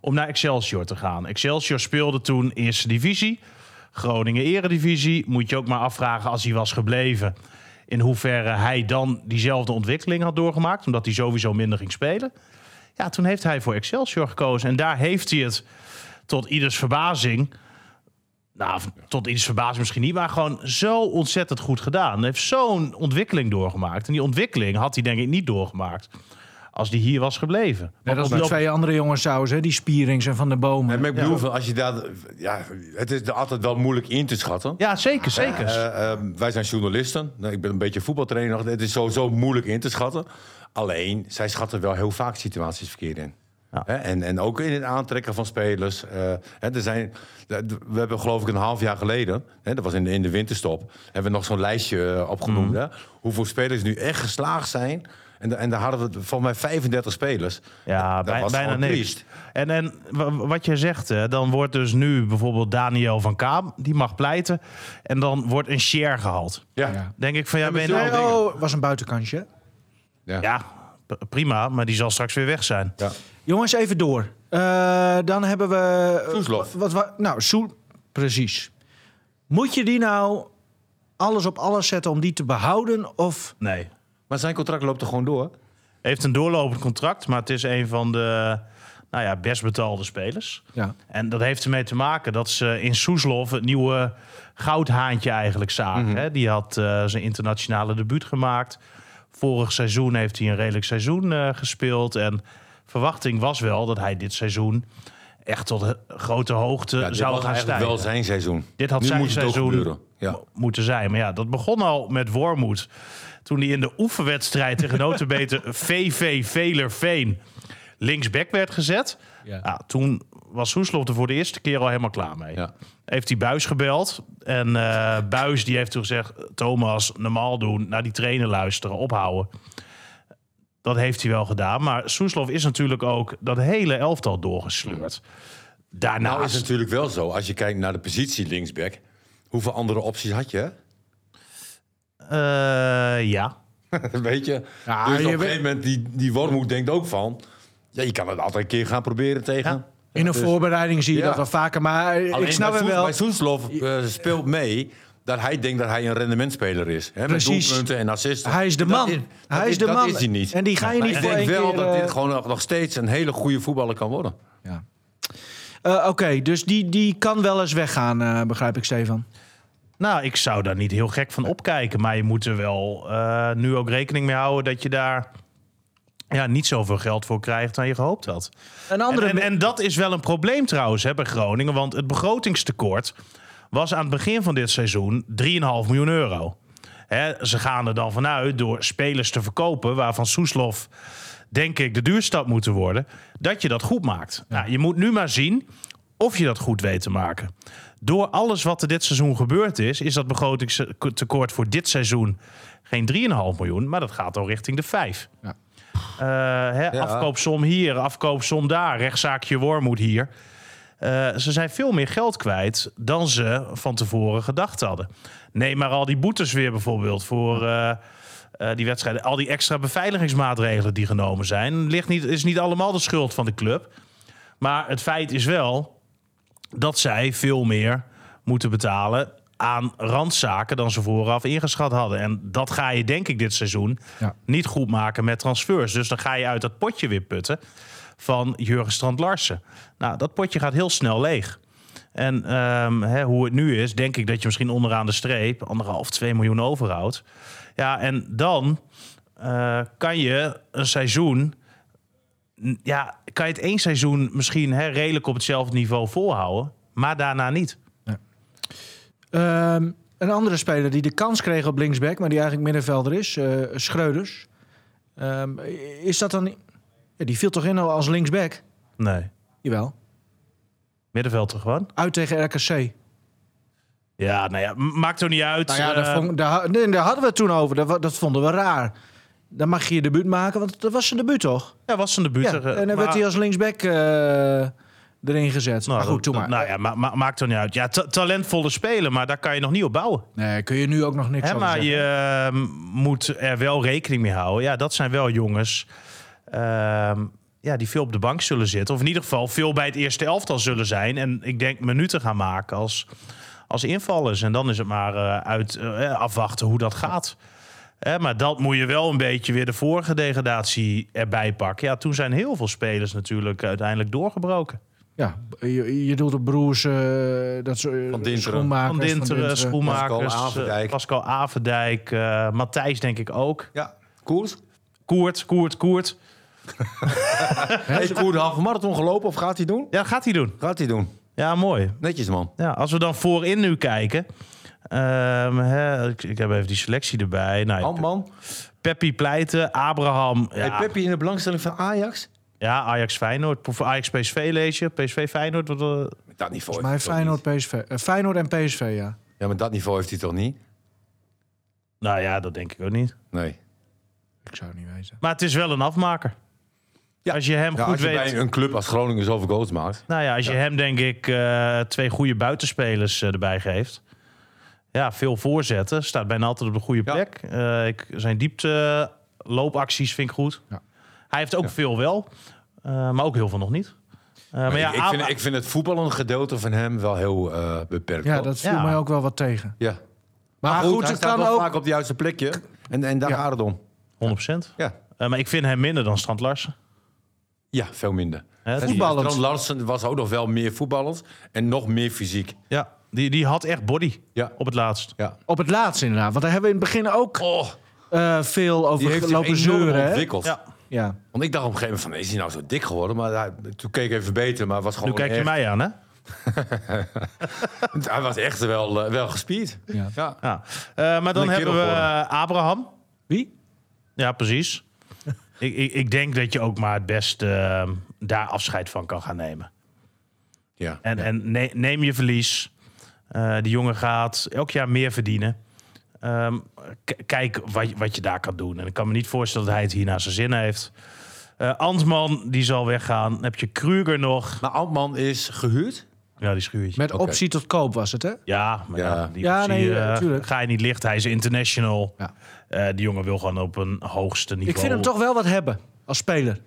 Speaker 4: om naar Excelsior te gaan. Excelsior speelde toen eerste divisie. Groningen eredivisie. Moet je ook maar afvragen als hij was gebleven. In hoeverre hij dan diezelfde ontwikkeling had doorgemaakt. Omdat hij sowieso minder ging spelen. Ja, toen heeft hij voor Excelsior gekozen. En daar heeft hij het tot ieders verbazing. Nou, of tot ieders verbazing misschien niet, maar gewoon zo ontzettend goed gedaan. Hij heeft zo'n ontwikkeling doorgemaakt. En die ontwikkeling had hij denk ik niet doorgemaakt als die hier was gebleven.
Speaker 3: Net als
Speaker 4: Want
Speaker 3: die
Speaker 4: op-
Speaker 3: twee andere jongens trouwens, hè, die Spierings en Van de
Speaker 1: En
Speaker 3: Bomen.
Speaker 1: maar ik bedoel, van als je daar, ja, het is er altijd wel moeilijk in te schatten.
Speaker 4: Ja, zeker, zeker.
Speaker 1: Eh, eh, wij zijn journalisten. Nou, ik ben een beetje voetbaltrainer. nog. Het is sowieso moeilijk in te schatten. Alleen, zij schatten wel heel vaak situaties verkeerd in.
Speaker 4: Ja.
Speaker 1: Hè, en, en ook in het aantrekken van spelers. Eh, hè, er zijn, we hebben geloof ik een half jaar geleden, hè, dat was in de, in de winterstop, hebben we nog zo'n lijstje eh, opgenoemd.
Speaker 4: Mhm.
Speaker 1: Hè, hoeveel spelers nu echt geslaagd zijn. En, da- en daar hadden we volgens mij 35 spelers.
Speaker 4: ja,
Speaker 1: Dat
Speaker 4: bij-
Speaker 1: was
Speaker 4: bijna
Speaker 1: gewoon
Speaker 4: niks.
Speaker 1: triest.
Speaker 4: En, en wa- wa- wat jij zegt, hè, dan wordt dus nu bijvoorbeeld Daniel van Kaam, die mag pleiten. En dan wordt een share gehaald.
Speaker 1: Ja,
Speaker 3: Ja.
Speaker 4: Denk ik van, ja,
Speaker 1: maar
Speaker 4: ben
Speaker 1: zo-
Speaker 4: je- nou-
Speaker 3: Nee, oh, was een buitenkantje. hè?
Speaker 4: Ja, p- prima, maar die zal straks weer weg zijn.
Speaker 1: ja.
Speaker 3: Jongens, even door. Eh, dan hebben we... eh,
Speaker 1: Soeslof.
Speaker 3: Wat, wat, nou, Soel... Precies. Moet je die nou alles op alles zetten om die te behouden? Of...
Speaker 4: Nee.
Speaker 1: Maar zijn contract loopt er gewoon door.
Speaker 4: Heeft een doorlopend contract, maar het is een van de nou ja, best betaalde spelers.
Speaker 3: Ja.
Speaker 4: En dat heeft ermee te maken dat ze in Soeslof het nieuwe goudhaantje eigenlijk zagen.
Speaker 1: Mhm.
Speaker 4: Hè? Die had eh, zijn internationale debuut gemaakt. Vorig seizoen heeft hij een redelijk seizoen eh, gespeeld. En verwachting was wel dat hij dit seizoen echt tot eh, grote hoogte
Speaker 1: Ja, dit
Speaker 4: zou
Speaker 1: was
Speaker 4: gaan
Speaker 1: eigenlijk
Speaker 4: stijgen.
Speaker 1: wel zijn seizoen.
Speaker 4: Dit had
Speaker 1: nu
Speaker 4: zijn
Speaker 1: moet het ook
Speaker 4: seizoen
Speaker 1: gebeuren. Ja.
Speaker 4: mo- moeten zijn. Maar ja, dat begon al met Wormoed. Toen hij in de oefenwedstrijd tegen notenbeten VV Velerveen linksback werd gezet.
Speaker 3: Ja.
Speaker 4: Ja, toen was Soeslof er voor de eerste keer al helemaal klaar mee.
Speaker 1: Ja. Nou,
Speaker 4: Heeft hij Buis gebeld. En eh, Buis die heeft toen gezegd... Thomas, normaal doen, naar die trainer luisteren, ophouden. Dat heeft hij wel gedaan. Maar Soeslof is natuurlijk ook dat hele elftal doorgesleurd. Daarnaast...
Speaker 1: Nou is Nou het natuurlijk wel zo, als je kijkt naar de positie linksback, hoeveel andere opties had je?
Speaker 4: eh, ja.
Speaker 1: Weet je?
Speaker 3: Ja,
Speaker 1: dus
Speaker 3: je
Speaker 1: op een
Speaker 3: weet-
Speaker 1: gegeven moment, die, die Wormoed denkt ook van, ja, je kan het altijd een keer gaan proberen tegen.
Speaker 4: Ja.
Speaker 3: In een
Speaker 1: Dus-
Speaker 3: voorbereiding zie je
Speaker 1: Ja.
Speaker 3: dat wel vaker. Maar eh, ik snap
Speaker 1: bij
Speaker 3: het
Speaker 1: Soes-
Speaker 3: wel.
Speaker 1: Bij Soeslof eh, speelt mee dat hij denkt dat hij een rendementspeler is. Hè, met
Speaker 3: Precies.
Speaker 1: doelpunten en assisten.
Speaker 3: Hij is de
Speaker 1: Dat
Speaker 3: man.
Speaker 1: dat
Speaker 3: hij is de
Speaker 1: dat
Speaker 3: man.
Speaker 1: is hij niet.
Speaker 3: En die ga je
Speaker 1: Maar
Speaker 3: niet
Speaker 1: ik
Speaker 3: voor
Speaker 1: denk
Speaker 3: één
Speaker 1: wel
Speaker 3: keer,
Speaker 1: dat
Speaker 3: eh,
Speaker 1: dit gewoon nog nog steeds een hele goede voetballer kan worden.
Speaker 3: Ja. Eh, Oké, dus die, die kan wel eens weggaan, eh, begrijp ik, Stefan.
Speaker 4: Nou, ik zou daar niet heel gek van opkijken. Maar je moet er wel eh, nu ook rekening mee houden dat je daar ja, niet zoveel geld voor krijgt dan je gehoopt had.
Speaker 3: Een
Speaker 4: En,
Speaker 3: andere...
Speaker 4: en, en dat is wel een probleem trouwens hè, bij Groningen. Want het begrotingstekort was aan het begin van dit seizoen 3,5 miljoen euro. Hè, ze gaan er dan vanuit door spelers te verkopen waarvan Soeslof denk ik de duurste had moeten worden, dat je dat goed maakt. Nou, je moet nu maar zien of je dat goed weet te maken. Door alles wat er dit seizoen gebeurd is, is dat begrotingstekort voor dit seizoen geen 3,5 miljoen, maar dat gaat al richting de 5.
Speaker 3: Ja.
Speaker 4: Eh, hè, Afkoopsom hier, afkoopsom daar, rechtszaakje Wormoed hier. Eh, ze zijn veel meer geld kwijt dan ze van tevoren gedacht hadden. Neem maar al die boetes weer bijvoorbeeld voor eh, eh, die wedstrijden. Al die extra beveiligingsmaatregelen die genomen zijn. Ligt niet, is niet allemaal de schuld van de club. Maar het feit is wel dat zij veel meer moeten betalen aan randzaken dan ze vooraf ingeschat hadden. En dat ga je denk ik dit seizoen
Speaker 3: Ja.
Speaker 4: niet goed maken met transfers. Dus dan ga je uit dat potje weer putten van Jurgen Strand Larsen. Nou, dat potje gaat heel snel leeg. En ehm, hè, hoe het nu is, denk ik dat je misschien onderaan de streep anderhalf, twee miljoen overhoudt. Ja, en dan eh, kan je een seizoen ja, kan je het één seizoen misschien hè, redelijk op hetzelfde niveau volhouden, maar daarna niet.
Speaker 3: Ehm, een andere speler die de kans kreeg op linksback, maar die eigenlijk middenvelder is, eh Schreuders. Ehm, is dat dan... Ja, die viel toch in als linksback?
Speaker 4: Nee.
Speaker 3: Jawel.
Speaker 4: Middenveld toch gewoon?
Speaker 3: Uit tegen RKC.
Speaker 4: Ja, nou ja, m- maakt toch niet uit.
Speaker 3: Nou ja,
Speaker 4: eh,
Speaker 3: daar, vond- daar, nee, daar hadden we het toen over. Dat, wa- dat vonden we raar. Dan mag je je debuut maken, want dat was zijn debuut toch?
Speaker 4: ja, was een
Speaker 3: Ja,
Speaker 4: debuut. eh,
Speaker 3: en dan
Speaker 4: maar-
Speaker 3: werd hij als linksback eh, erin gezet.
Speaker 4: Nou,
Speaker 3: maar goed, toen
Speaker 4: dat-
Speaker 3: maar.
Speaker 4: Nou ja, ma- ma- maakt toch niet uit. Ja, ta- talentvolle speler, maar daar kan je nog niet op bouwen.
Speaker 3: Nee, kun je nu ook nog niks
Speaker 4: Hè,
Speaker 3: over
Speaker 4: maar
Speaker 3: zeggen.
Speaker 4: je eh, moet er wel rekening mee houden. Ja, dat zijn wel jongens ehm, ja, die veel op de bank zullen zitten. Of in ieder geval veel bij het eerste elftal zullen zijn. En ik denk minuten gaan maken als, als invallers. En dan is het maar eh, uit, eh, afwachten hoe dat gaat. Hè, maar dat moet je wel een beetje weer de vorige degradatie erbij pakken. Ja, toen zijn heel veel spelers natuurlijk uiteindelijk doorgebroken.
Speaker 3: Ja, je, je doet op broers, eh, dat ze
Speaker 1: Van Dinteren.
Speaker 3: schoenmakers.
Speaker 4: Van
Speaker 3: Dinteren.
Speaker 4: Dinteren, Schoenmakers,
Speaker 1: Pascal
Speaker 4: eh,
Speaker 1: Averdijk.
Speaker 4: Pascal Averdijk, eh, Matthijs denk ik ook.
Speaker 1: Ja, Koert?
Speaker 4: Koert, Koert, Koert.
Speaker 1: Heeft Koert de halve marathon gelopen of gaat hij doen?
Speaker 4: Ja, gaat hij doen.
Speaker 1: Gaat hij doen.
Speaker 4: Ja, mooi.
Speaker 1: Netjes, man.
Speaker 4: Ja, als we dan voorin nu kijken. ehm, hè, ik, ik heb even die selectie erbij. Nou, ja,
Speaker 1: Handman.
Speaker 4: Peppi Pleiten, Abraham. Ja,
Speaker 1: Oh, Hey, Peppi in de belangstelling van Ajax?
Speaker 4: ja Ajax Feyenoord. Of Ajax PSV lees je. PSV Feyenoord. wat, eh,
Speaker 1: Dat niveau
Speaker 3: Maar
Speaker 1: heeft hij toch
Speaker 3: Feyenoord, PSV, eh, Feyenoord en PSV, ja.
Speaker 1: niet? Ja, maar dat niveau heeft hij toch niet?
Speaker 4: nou ja, dat denk ik ook niet.
Speaker 1: Nee.
Speaker 3: Ik zou het niet weten.
Speaker 4: Maar het is wel een afmaker.
Speaker 1: Ja.
Speaker 4: Als je hem
Speaker 1: Ja,
Speaker 4: goed
Speaker 1: als je
Speaker 4: weet.
Speaker 1: bij een club als Groningen zoveel goals maakt.
Speaker 4: Nou ja, als je hem denk ik eh, twee goede buitenspelers eh, erbij geeft. Ja, veel voorzetten. Staat bijna altijd op de goede
Speaker 1: Ja.
Speaker 4: plek. Eh, ik, zijn diepte loopacties vind ik goed.
Speaker 3: Ja.
Speaker 4: Hij heeft ook veel wel, eh, maar ook heel veel nog niet. Eh, maar ja,
Speaker 1: ik, ik, vind, ik vind het voetballende gedeelte van hem wel heel eh, beperkt.
Speaker 3: Ja,
Speaker 1: hoor.
Speaker 3: dat viel
Speaker 4: Ja.
Speaker 3: mij ook wel wat tegen.
Speaker 1: ja.
Speaker 3: Maar,
Speaker 1: Maar
Speaker 3: goed,
Speaker 1: goed, hij
Speaker 3: het
Speaker 1: staat
Speaker 3: kan
Speaker 1: wel
Speaker 3: ook...
Speaker 1: vaak op de juiste plekje. En, en daar
Speaker 3: Ja.
Speaker 1: gaat het om.
Speaker 4: 100%.
Speaker 1: Ja.
Speaker 4: Eh, maar ik vind hem minder dan Strand Larsen.
Speaker 1: ja, veel minder.
Speaker 4: Hè, die-
Speaker 3: Voetballend.
Speaker 1: Strand Larsen was ook nog wel meer voetballend. En nog meer fysiek.
Speaker 4: Ja, die, die had echt body
Speaker 1: Ja.
Speaker 4: op het laatst.
Speaker 1: Ja.
Speaker 3: Op het laatst inderdaad. Want daar hebben we in het begin ook
Speaker 1: Oh,
Speaker 3: eh, veel
Speaker 1: die heeft
Speaker 3: over
Speaker 1: zich
Speaker 3: lopen
Speaker 1: enorm
Speaker 3: zeuren. hè?
Speaker 1: ontwikkeld.
Speaker 4: Ja.
Speaker 3: Ja.
Speaker 1: Want ik dacht op een gegeven moment van, is hij nou zo dik geworden? Maar hij- toen keek ik even beter, maar was gewoon
Speaker 4: Nu kijk je
Speaker 1: echt-
Speaker 4: mij aan, hè?
Speaker 1: Hij was echt wel, eh, wel gespierd.
Speaker 3: Ja.
Speaker 1: Ja.
Speaker 4: Ja. Eh, maar dan
Speaker 1: Een kerel
Speaker 4: hebben we eh,
Speaker 1: geworden.
Speaker 4: Abraham.
Speaker 3: Wie?
Speaker 4: Ja, precies. ik, ik, ik denk dat je ook maar het best eh, daar afscheid van kan gaan nemen.
Speaker 1: Ja.
Speaker 4: En, en ne- neem je verlies. Eh, die jongen gaat elk jaar meer verdienen. Ehm, k- kijk wat, je- wat je daar kan doen. En ik kan me niet voorstellen dat hij het hier naar zijn zin heeft. Eh, Antman, die zal weggaan. Dan heb je Kruger nog.
Speaker 1: Maar Antman is gehuurd.
Speaker 4: Ja, die schuurtje.
Speaker 3: Met
Speaker 1: Oké.
Speaker 3: optie tot koop was het, hè?
Speaker 4: Ja, maar ja,
Speaker 1: Ja.
Speaker 4: die
Speaker 3: Ja,
Speaker 4: zie
Speaker 3: nee,
Speaker 4: je, eh,
Speaker 3: tuurlijk.
Speaker 4: ga je niet licht. Hij is international.
Speaker 3: Ja.
Speaker 4: Eh, die jongen wil gewoon op een hoogste niveau.
Speaker 3: Ik vind hem toch wel wat hebben als speler.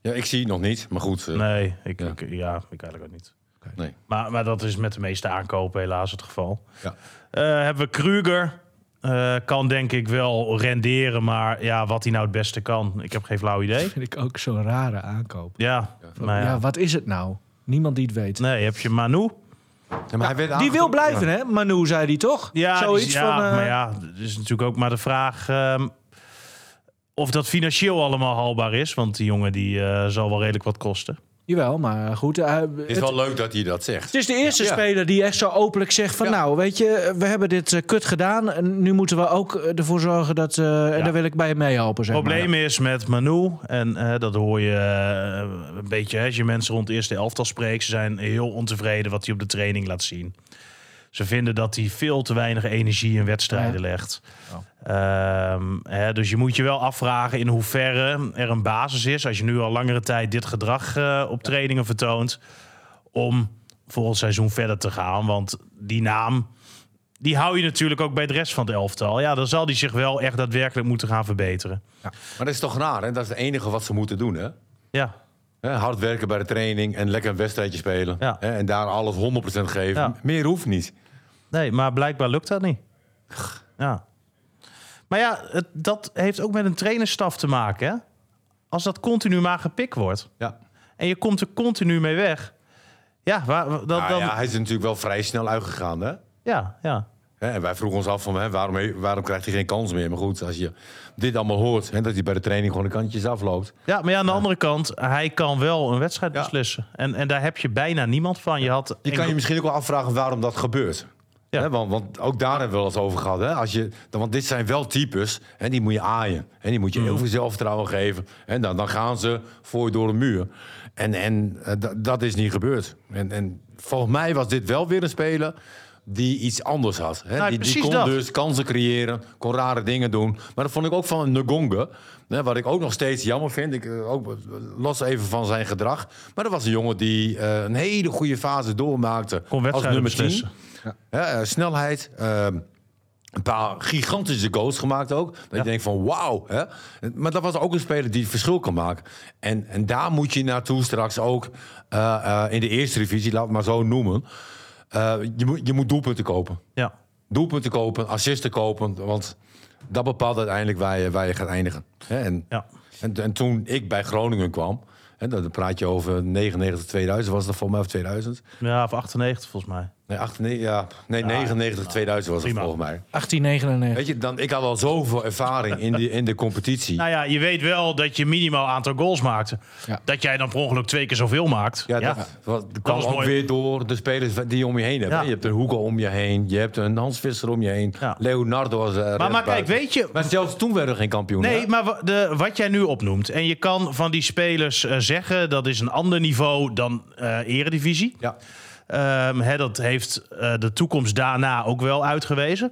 Speaker 1: Ja, ik zie het nog niet, maar goed. eh,
Speaker 4: Nee, ik,
Speaker 1: Ja.
Speaker 4: ik- ja, ik eigenlijk ook niet.
Speaker 1: nee.
Speaker 4: Maar, maar dat is met de meeste aankopen helaas het geval.
Speaker 1: Ja.
Speaker 4: Eh, hebben we Kruger. Eh, kan denk ik wel renderen, maar ja, wat hij nou het beste kan, ik heb geen flauw idee.
Speaker 3: Vind ik ook zo'n rare aankoop.
Speaker 4: Ja, nou
Speaker 3: Ja.
Speaker 4: ja.
Speaker 3: wat is het nou? Niemand die het weet.
Speaker 4: Nee, heb je Manu.
Speaker 1: Ja, maar hij werd
Speaker 3: Die
Speaker 1: aange-
Speaker 3: wil blijven, hè? Manu, zei die toch?
Speaker 4: Ja, die-
Speaker 3: Zoiets
Speaker 4: ja,
Speaker 3: van... eh,
Speaker 4: maar ja, het is natuurlijk ook maar de vraag ehm, of dat financieel allemaal haalbaar is. Want die jongen die eh, zal wel redelijk wat kosten.
Speaker 3: Jawel, maar goed. eh,
Speaker 1: Het is
Speaker 3: het-
Speaker 1: wel leuk dat hij dat zegt.
Speaker 3: het is de eerste
Speaker 1: Ja.
Speaker 3: speler die echt zo openlijk zegt van...
Speaker 1: Ja.
Speaker 3: nou, weet je, we hebben dit eh, kut gedaan... en nu moeten we ook eh, ervoor zorgen dat... eh, en daar wil ik bij je meehelpen, zeg
Speaker 4: Het probleem
Speaker 3: maar.
Speaker 4: is met Manu, en eh, dat hoor je eh, een beetje hè, als je mensen rond de eerste elftal spreekt, ze zijn heel ontevreden wat hij op de training laat zien. Ze vinden dat hij veel te weinig energie in wedstrijden legt.
Speaker 3: Oh.
Speaker 4: Ehm, hè, dus je moet je wel afvragen in hoeverre er een basis is, als je nu al langere tijd dit gedrag eh, op trainingen vertoont, om volgend seizoen verder te gaan. Want die naam, die hou je natuurlijk ook bij de rest van het elftal. Ja, dan zal die zich wel echt daadwerkelijk moeten gaan verbeteren.
Speaker 1: Maar dat is toch raar, hè? Dat is het enige wat ze moeten doen, hè?
Speaker 4: Ja,
Speaker 1: Hè, hard werken bij de training en lekker een wedstrijdje spelen.
Speaker 4: Ja.
Speaker 1: Hè, en daar alles 100% geven.
Speaker 4: Ja.
Speaker 1: Meer hoeft niet.
Speaker 4: nee, maar blijkbaar lukt dat niet. Ja. Maar ja, het, dat heeft ook met een trainerstaf te maken. Hè? Als dat continu maar gepikt wordt
Speaker 1: Ja.
Speaker 4: en je komt er continu mee weg. Ja, waar, waar- dat,
Speaker 1: Nou
Speaker 4: dan,
Speaker 1: ja,
Speaker 4: ja.
Speaker 1: hij is er natuurlijk wel vrij snel uitgegaan, hè?
Speaker 4: ja,
Speaker 1: Hè, En wij vroegen ons af van hè, waarom, waarom krijgt hij geen kans meer? Maar goed, als je dit allemaal hoort, hè, dat hij bij de training gewoon de kantjes afloopt.
Speaker 4: Ja, maar ja, aan de andere kant, hij kan wel een wedstrijd beslissen. En, en daar heb je bijna niemand van. Je had
Speaker 1: Je kan je
Speaker 4: enkel-
Speaker 1: misschien ook wel afvragen waarom dat gebeurt.
Speaker 4: Ja.
Speaker 1: Hè, want, want ook daar hebben we wel eens over gehad. Hè? Als je, dan- want dit zijn wel types, hè, die moet je aaien. Hè? Die moet je heel veel zelfvertrouwen geven. En dan, dan gaan ze voor je door de muur. En, en eh, da- dat is niet gebeurd. En, en volgens mij was dit wel weer een speler die iets anders had. Hè?
Speaker 4: Nou,
Speaker 1: die, die
Speaker 4: precies
Speaker 1: kon
Speaker 4: dat.
Speaker 1: dus kansen creëren, kon rare dingen doen. Maar dat vond ik ook van Ngonge. Hè, wat ik ook nog steeds jammer vind. Ik, eh, ook eh, los even van zijn gedrag. Maar dat was een jongen die eh, een hele goede fase doormaakte.
Speaker 4: Kon wedstrijden
Speaker 1: als nummer 10.
Speaker 4: beslissen.
Speaker 1: Hè, eh, snelheid. eh, een paar gigantische goals gemaakt ook. Dat je denkt van wauw. hè. Maar dat was ook een speler die het verschil kan maken. En, en daar moet je naartoe straks ook eh, eh, in de eerste divisie, laat het maar zo noemen. Eh, je, moet, je moet doelpunten kopen
Speaker 4: Ja.
Speaker 1: doelpunten kopen, assisten kopen. Want dat bepaalt uiteindelijk waar je, waar je gaat eindigen. Hè, En,
Speaker 4: Ja.
Speaker 1: en, en toen ik bij Groningen kwam, en dan praat je over 99, 2000 was dat voor mij, of 2000?
Speaker 4: ja, of 98 volgens mij.
Speaker 1: Nee, 98, ja, nee 99, 2000 was het
Speaker 4: prima.
Speaker 1: volgens mij.
Speaker 3: 1899.
Speaker 1: Weet je, dan, ik had al zoveel ervaring in, die, in de competitie.
Speaker 4: Nou ja, je weet wel dat je minimaal aantal goals maakte.
Speaker 3: Ja.
Speaker 4: Dat jij dan per ongeluk twee keer zoveel maakt.
Speaker 1: Ja, dat, was- dat kwam
Speaker 4: was
Speaker 1: ook
Speaker 4: mooi.
Speaker 1: weer door de spelers die je om je heen hebt.
Speaker 4: Ja.
Speaker 1: hè. Je hebt een Hoeken om je heen, je hebt een Hans Visser om je heen.
Speaker 4: Ja.
Speaker 1: Leonardo was eh,
Speaker 4: maar, maar
Speaker 1: rechtsbuiten.
Speaker 4: kijk, weet je...
Speaker 1: Maar zelfs toen werden we geen kampioen. hè?
Speaker 4: Nee, maar wa- de, wat jij nu opnoemt. En je kan van die spelers eh, zeggen... dat is een ander niveau dan eh, eredivisie.
Speaker 1: Ja.
Speaker 4: Ehm, hè, dat heeft eh, de toekomst daarna ook wel uitgewezen.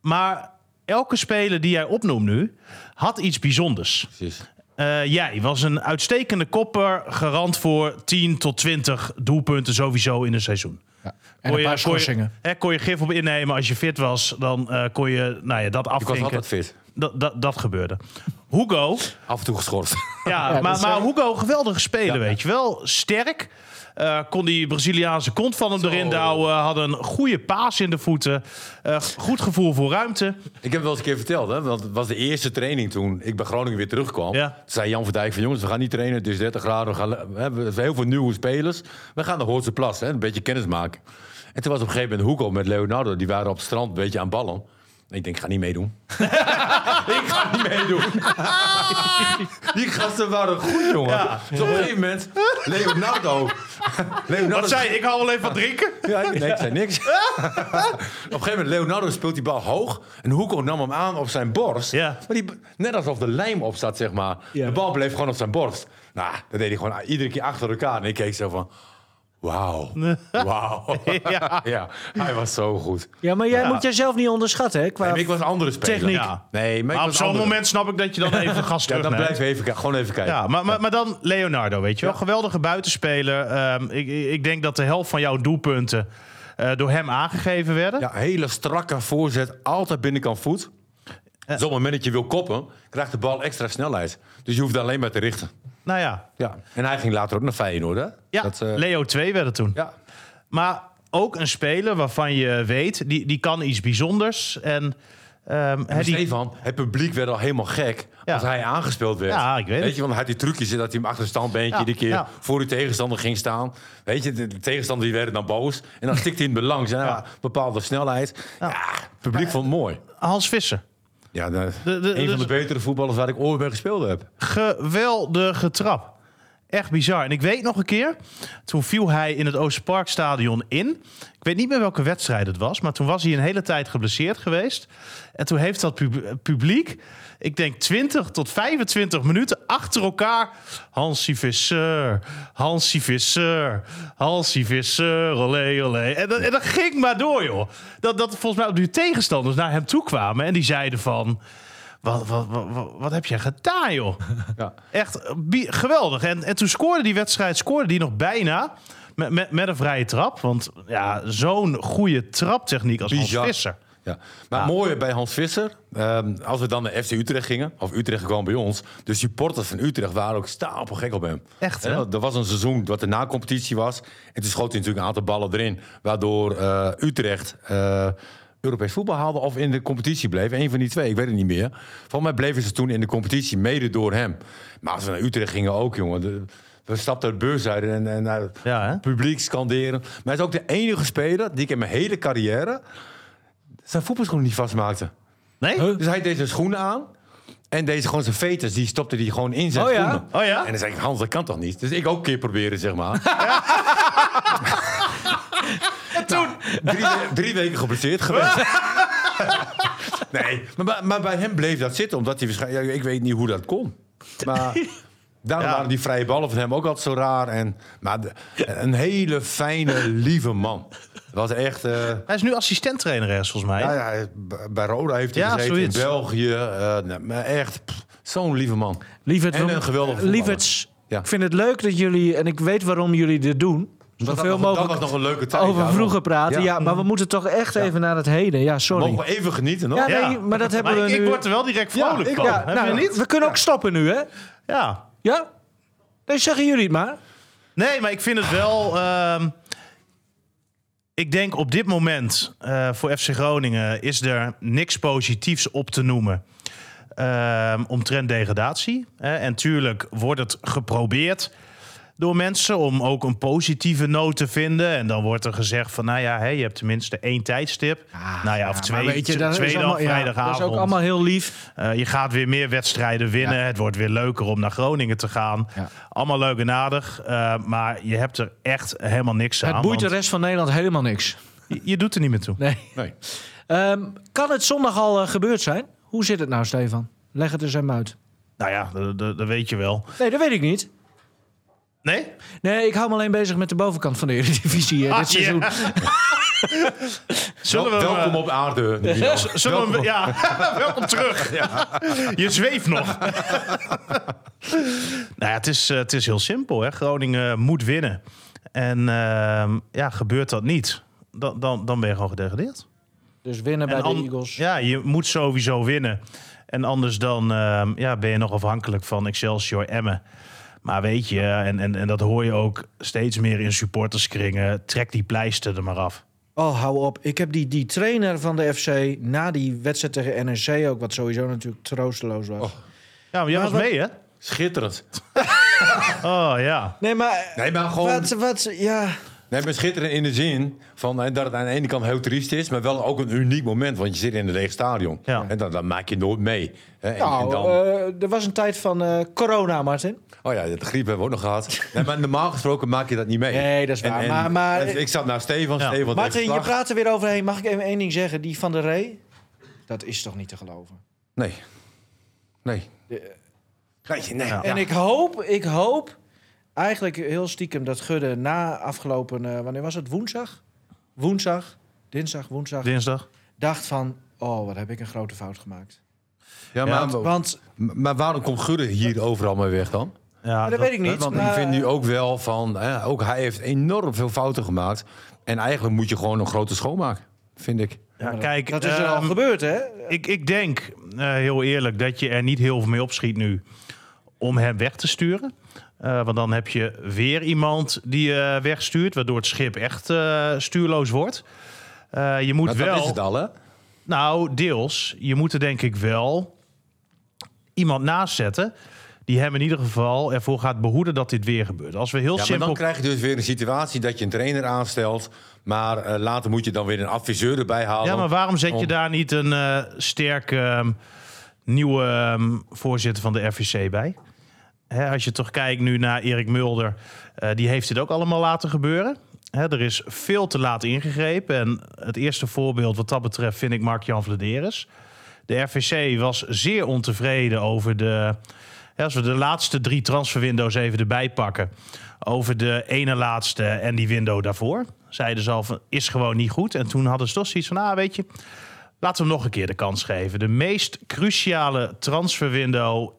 Speaker 4: Maar elke speler die jij opnoemt nu... had iets bijzonders.
Speaker 1: Precies.
Speaker 4: Eh, jij was een uitstekende kopper, garant voor 10 tot 20 doelpunten sowieso in een seizoen.
Speaker 3: En een paar schorsingen.
Speaker 4: Kon je, hè, kon je gif op innemen als je fit was, dan eh, kon je nou ja, dat
Speaker 1: Ik was
Speaker 4: afvinken.
Speaker 1: altijd fit.
Speaker 4: Dat, dat, dat gebeurde. Hugo,
Speaker 1: Af en toe geschorst.
Speaker 4: ja,
Speaker 3: dat
Speaker 4: maar,
Speaker 3: is,
Speaker 4: maar
Speaker 3: eh,
Speaker 4: Hugo, geweldige speler, weet je wel. Sterk. Eh, kon die Braziliaanse kont van hem erin douwen. Had een goede paas in de voeten. eh, goed gevoel voor ruimte.
Speaker 1: ik heb wel eens een keer verteld, hè, want het was de eerste training toen ik bij Groningen weer terugkwam.
Speaker 4: Ja.
Speaker 1: Toen zei Jan van Dijk van jongens, we gaan niet trainen, het is 30 graden, we, gaan, le- we hebben heel veel nieuwe spelers. We gaan naar Hoortse Plas, hè, een beetje kennis maken. En toen was op een gegeven moment Hugo met Leonardo, die waren op het strand een beetje aan ballen. En ik denk, ik ga niet meedoen. ik ga niet meedoen. die gasten waren goed, jongen. Dus op een gegeven moment, Leonardo... Leonardo
Speaker 4: Wat zei je? Ik hou alleen van drinken.
Speaker 1: Ja, nee, ik zei niks. op een gegeven moment, Leonardo speelt die bal hoog. En Hoeko nam hem aan op zijn borst.
Speaker 4: Ja.
Speaker 1: Maar die, net alsof de lijm op zat, zeg maar.
Speaker 3: Ja.
Speaker 1: De bal bleef gewoon op zijn borst. Nou, dat deed hij gewoon iedere keer achter elkaar. En ik keek zo van... Wauw. Wauw.
Speaker 4: Ja.
Speaker 1: ja. hij was zo goed.
Speaker 3: Ja, maar jij moet jezelf niet onderschatten, hè? Qua...
Speaker 1: Nee, maar ik was een andere speler.
Speaker 3: Techniek.
Speaker 4: Ja.
Speaker 1: Nee, maar ik
Speaker 4: Maar op
Speaker 1: was
Speaker 4: zo'n
Speaker 1: andere.
Speaker 4: moment snap ik dat je dan even gas
Speaker 1: Ja, dan
Speaker 4: terugneemt.
Speaker 1: blijf even, kijken. gewoon even kijken.
Speaker 4: Ja, maar, maar, maar dan Leonardo, weet je wel. Geweldige buitenspeler. Ehm, ik, ik ik denk dat de helft van jouw doelpunten eh, door hem aangegeven werden.
Speaker 1: Ja, hele strakke voorzet, altijd binnenkant voet. Zo'n moment dat je wil koppen, krijgt de bal extra snelheid. Dus je hoeft alleen maar te richten.
Speaker 4: Nou ja,
Speaker 1: Ja, en hij ging later ook naar Feyenoord, hè?
Speaker 4: ja
Speaker 1: Dat, eh,
Speaker 4: Leo 2 werd het toen.
Speaker 1: ja.
Speaker 4: Maar ook een speler waarvan je weet, die, die kan iets bijzonders. En, ehm, hè,
Speaker 1: En
Speaker 4: die-
Speaker 1: Stefan, het publiek werd al helemaal gek
Speaker 4: Ja.
Speaker 1: als hij aangespeeld werd.
Speaker 4: Ja, ik weet het.
Speaker 1: je, want hij had die trucjes dat hij hem achter een standbeentje
Speaker 4: Ja,
Speaker 1: die keer
Speaker 4: ja.
Speaker 1: voor de tegenstander ging staan. Weet je, de, de tegenstander die werden dan boos. En dan stikt hij in belang. Ja, Bepaalde snelheid. Ja, het publiek vond het mooi.
Speaker 4: Hans Visser.
Speaker 1: Ja, de-
Speaker 4: de-
Speaker 1: een van
Speaker 4: dus-
Speaker 1: de betere voetballers waar ik ooit mee gespeeld heb.
Speaker 4: Geweldige trap. Echt bizar. En ik weet nog een keer, toen viel hij in het Oostparkstadion in. Ik weet niet meer welke wedstrijd het was, maar toen was hij een hele tijd geblesseerd geweest. En toen heeft dat pub- publiek, ik denk 20 tot 25 minuten achter elkaar... Hansi Visser, Hansi Visser, Hansi Visser, olé, olé. En dat, en dat ging maar door, joh. Dat, dat volgens mij op die tegenstanders naar hem toe kwamen en die zeiden van... Wat, wat, wat, wat, wat heb jij gedaan, joh?
Speaker 1: Ja.
Speaker 4: Echt eh, bi- geweldig. En, en toen scoorde die wedstrijd, scoorde die nog bijna met, met, met een vrije trap. Want ja, zo'n goede traptechniek als Hans
Speaker 1: Bizar.
Speaker 4: Visser.
Speaker 1: Ja. Maar het mooie bij Hans Visser, ehm, als we dan naar FC Utrecht gingen, of Utrecht kwam bij ons, de supporters van Utrecht waren ook stapelgek op hem.
Speaker 4: Echt, hè?
Speaker 1: Ja, Er was een seizoen wat de na-competitie was. En toen schoot hij natuurlijk een aantal ballen erin, waardoor eh, Utrecht eh, Europees voetbal haalde of in de competitie bleef. Eén van die twee, ik weet het niet meer. Volgens mij bleven ze toen in de competitie, mede door hem. Maar als we naar Utrecht gingen ook, jongen. de- we stapten uit de bus uit en, en naar het
Speaker 4: Ja, hè?
Speaker 1: publiek scanderen. Maar hij is ook de enige speler die ik in mijn hele carrière zijn voetbalschoenen niet vastmaakte.
Speaker 4: Nee?
Speaker 1: Dus hij deed zijn schoenen aan. En deze gewoon zijn veters, die stopte die gewoon in zijn
Speaker 3: Oh ja?
Speaker 1: schoenen.
Speaker 4: Oh ja?
Speaker 1: En dan zei ik, Hans, dat kan toch niet? Dus ik ook een keer proberen, zeg maar. toen? Nou, Drie, we- drie weken geblesseerd geweest. nee, maar, bij- maar bij hem bleef dat zitten. Omdat hij waarschijnlijk... ja, ik weet niet hoe dat kon. Maar daarom
Speaker 4: Ja.
Speaker 1: waren die vrije ballen van hem ook altijd zo raar. En, maar de- een hele fijne, lieve man. Het was echt... eh,
Speaker 4: Hij is nu assistenttrainer ergens, volgens mij.
Speaker 1: ja, ja, hij- b- bij Roda heeft hij
Speaker 4: Ja,
Speaker 1: gezeten,
Speaker 4: zoiets.
Speaker 1: in België. eh, nee, maar echt, pff, zo'n lieve man.
Speaker 3: Lievert,
Speaker 1: En
Speaker 3: we-
Speaker 1: een geweldige
Speaker 3: Lieverts,
Speaker 1: Ja.
Speaker 3: ik vind het leuk dat jullie, en ik weet waarom jullie dit doen,
Speaker 1: dat,
Speaker 3: zoveel
Speaker 1: was, nog- dat was
Speaker 3: mogelijk
Speaker 1: nog een leuke tijd.
Speaker 3: over
Speaker 1: daarom.
Speaker 3: vroeger praten.
Speaker 1: Ja. Mm.
Speaker 3: Ja. maar we moeten toch echt even naar het heden. Ja, sorry.
Speaker 1: Mogen we even genieten, nog?
Speaker 3: Ja,
Speaker 4: Ja.
Speaker 3: nee, maar dat hebben
Speaker 4: Maar
Speaker 3: we
Speaker 4: ik, ik
Speaker 3: nu.
Speaker 4: word er wel direct vrolijk
Speaker 1: ik-
Speaker 4: van.
Speaker 3: ja,
Speaker 4: Heb
Speaker 3: nou,
Speaker 4: je niet?
Speaker 3: We kunnen ook stoppen nu, hè?
Speaker 4: Ja.
Speaker 3: Ja? Nee, zeggen jullie het maar.
Speaker 4: Nee, maar ik vind het wel. ehm, ik denk op dit moment eh, voor FC Groningen is er niks positiefs op te noemen. ehm, omtrent degradatie. hè. en tuurlijk wordt het geprobeerd door mensen om ook een positieve noot te vinden. En dan wordt er gezegd van, nou ja, hé, je hebt tenminste één tijdstip.
Speaker 3: Ah,
Speaker 4: nou ja, of twee,
Speaker 3: dat
Speaker 4: twee dan
Speaker 3: allemaal- ja,
Speaker 4: vrijdagavond.
Speaker 3: Dat is ook allemaal heel lief.
Speaker 4: Eh, je gaat weer meer wedstrijden winnen. Het wordt weer leuker om naar Groningen te gaan.
Speaker 3: Ja.
Speaker 4: Allemaal leuk en aardig. eh, maar je hebt er echt helemaal niks aan.
Speaker 3: het boeit de
Speaker 4: want
Speaker 3: rest van Nederland helemaal niks.
Speaker 4: je- Je doet er niet meer toe.
Speaker 3: Nee.
Speaker 1: Nee.
Speaker 3: Ehm, kan het zondag al eh, gebeurd zijn? Hoe zit het nou, Stefan? Leg het eens hem uit.
Speaker 4: Nou ja, dat- dat dat weet je wel.
Speaker 3: Nee, dat weet ik niet.
Speaker 4: Nee?
Speaker 3: Nee, ik hou me alleen bezig met de bovenkant van de Eredivisie eh,
Speaker 4: Ah,
Speaker 3: dit seizoen.
Speaker 4: ja. Zullen we...
Speaker 1: Wel-
Speaker 4: hem,
Speaker 1: welkom
Speaker 4: eh,
Speaker 1: op aarde, Nino.
Speaker 4: z- Zullen we, hem- ja, welkom terug. Je zweeft nog. nou ja, het is, eh, het is heel simpel. Hè? Groningen moet winnen. En ehm, ja, gebeurt dat niet, dan, dan, dan ben je gewoon gedegradeerd.
Speaker 3: Dus winnen bij
Speaker 4: En
Speaker 3: de
Speaker 4: an-
Speaker 3: Eagles.
Speaker 4: Ja, je moet sowieso winnen. En anders dan ehm, ja, ben je nog afhankelijk van Excelsior Emmen. Maar weet je, en, en, en dat hoor je ook steeds meer in supporterskringen. Trek die pleister er maar af.
Speaker 3: Oh, hou op. Ik heb die, die trainer van de FC na die wedstrijd tegen NEC ook, wat sowieso natuurlijk troosteloos was.
Speaker 4: Ja, maar jij
Speaker 3: Maar
Speaker 4: was
Speaker 3: wat-
Speaker 4: mee, hè?
Speaker 1: Schitterend.
Speaker 4: Oh ja.
Speaker 3: Nee, maar...
Speaker 1: Nee, maar gewoon...
Speaker 3: Wat, wat, ja.
Speaker 1: Nee, maar schitterend in de zin van eh, dat het aan de ene kant heel triest is, maar wel ook een uniek moment, want je zit in een leeg stadion.
Speaker 4: Ja.
Speaker 1: En dan, dan maak je nooit mee. hè. En- en
Speaker 3: Nou,
Speaker 1: dan-
Speaker 3: eh, er was een tijd van eh, corona, Martin.
Speaker 1: Oh ja, de griep hebben we ook nog gehad. Nee, maar normaal gesproken maak je dat niet mee.
Speaker 3: Nee, dat is waar. Maar- maar-
Speaker 1: ik zat naar Stefan.
Speaker 4: Ja.
Speaker 1: Stefan deed
Speaker 3: Martin, je
Speaker 1: verslag.
Speaker 3: praat er weer overheen. Mag ik even één ding zeggen? Die van de Ree, dat is toch niet te geloven?
Speaker 1: Nee. Nee.
Speaker 3: eh,
Speaker 1: nee, nee.
Speaker 4: Ja.
Speaker 1: Ja.
Speaker 3: En ik hoop, ik hoop eigenlijk heel stiekem dat Gudde na afgelopen... eh, wanneer was het? Woensdag? Woensdag? Dinsdag, woensdag.
Speaker 4: Dinsdag.
Speaker 3: dacht van, oh, wat heb ik een grote fout gemaakt.
Speaker 1: Ja,
Speaker 4: Ja,
Speaker 1: maar,
Speaker 3: Want,
Speaker 1: maar waarom komt Gudde hier overal mee weg dan?
Speaker 4: Ja,
Speaker 3: dat, weet ik niet.
Speaker 1: Want ik
Speaker 3: maar-
Speaker 1: vind nu ook wel van... Hè, ook hij heeft enorm veel fouten gemaakt. En eigenlijk moet je gewoon een grote schoonmaak, vind ik.
Speaker 4: Ja, kijk,
Speaker 3: Dat is er al
Speaker 4: ehm,
Speaker 3: gebeurd, hè?
Speaker 4: ik, ik denk, eh, heel eerlijk, dat je er niet heel veel mee opschiet nu om hem weg te sturen. Eh, want dan heb je weer iemand die je wegstuurt, waardoor het schip echt eh, stuurloos wordt. Eh, je moet
Speaker 1: Maar
Speaker 4: wel.
Speaker 1: Nou, dat is het al, hè?
Speaker 4: Nou, deels. Je moet er denk ik wel iemand naast zetten. Die hem in ieder geval ervoor gaat behoeden dat dit weer gebeurt. Als we heel
Speaker 1: Ja, maar
Speaker 4: simpel.
Speaker 1: dan krijg je dus weer een situatie dat je een trainer aanstelt... maar eh, later moet je dan weer een adviseur erbij halen.
Speaker 4: Ja, maar waarom zet je
Speaker 1: Om-
Speaker 4: daar niet een eh sterke ehm, nieuwe ehm, voorzitter van de RVC bij? Hè, als je toch kijkt nu naar Erik Mulder, eh, die heeft dit ook allemaal laten gebeuren. Hè, er is veel te laat ingegrepen. En het eerste voorbeeld wat dat betreft vind ik Mark-Jan Vladeres. De RVC was zeer ontevreden over de. hè, Als we de laatste drie transferwindows even erbij pakken. Over de ene laatste en die window daarvoor. Zeiden ze al van is gewoon niet goed. En toen hadden ze toch zoiets van: ah, weet je, laten we hem nog een keer de kans geven. De meest cruciale transferwindow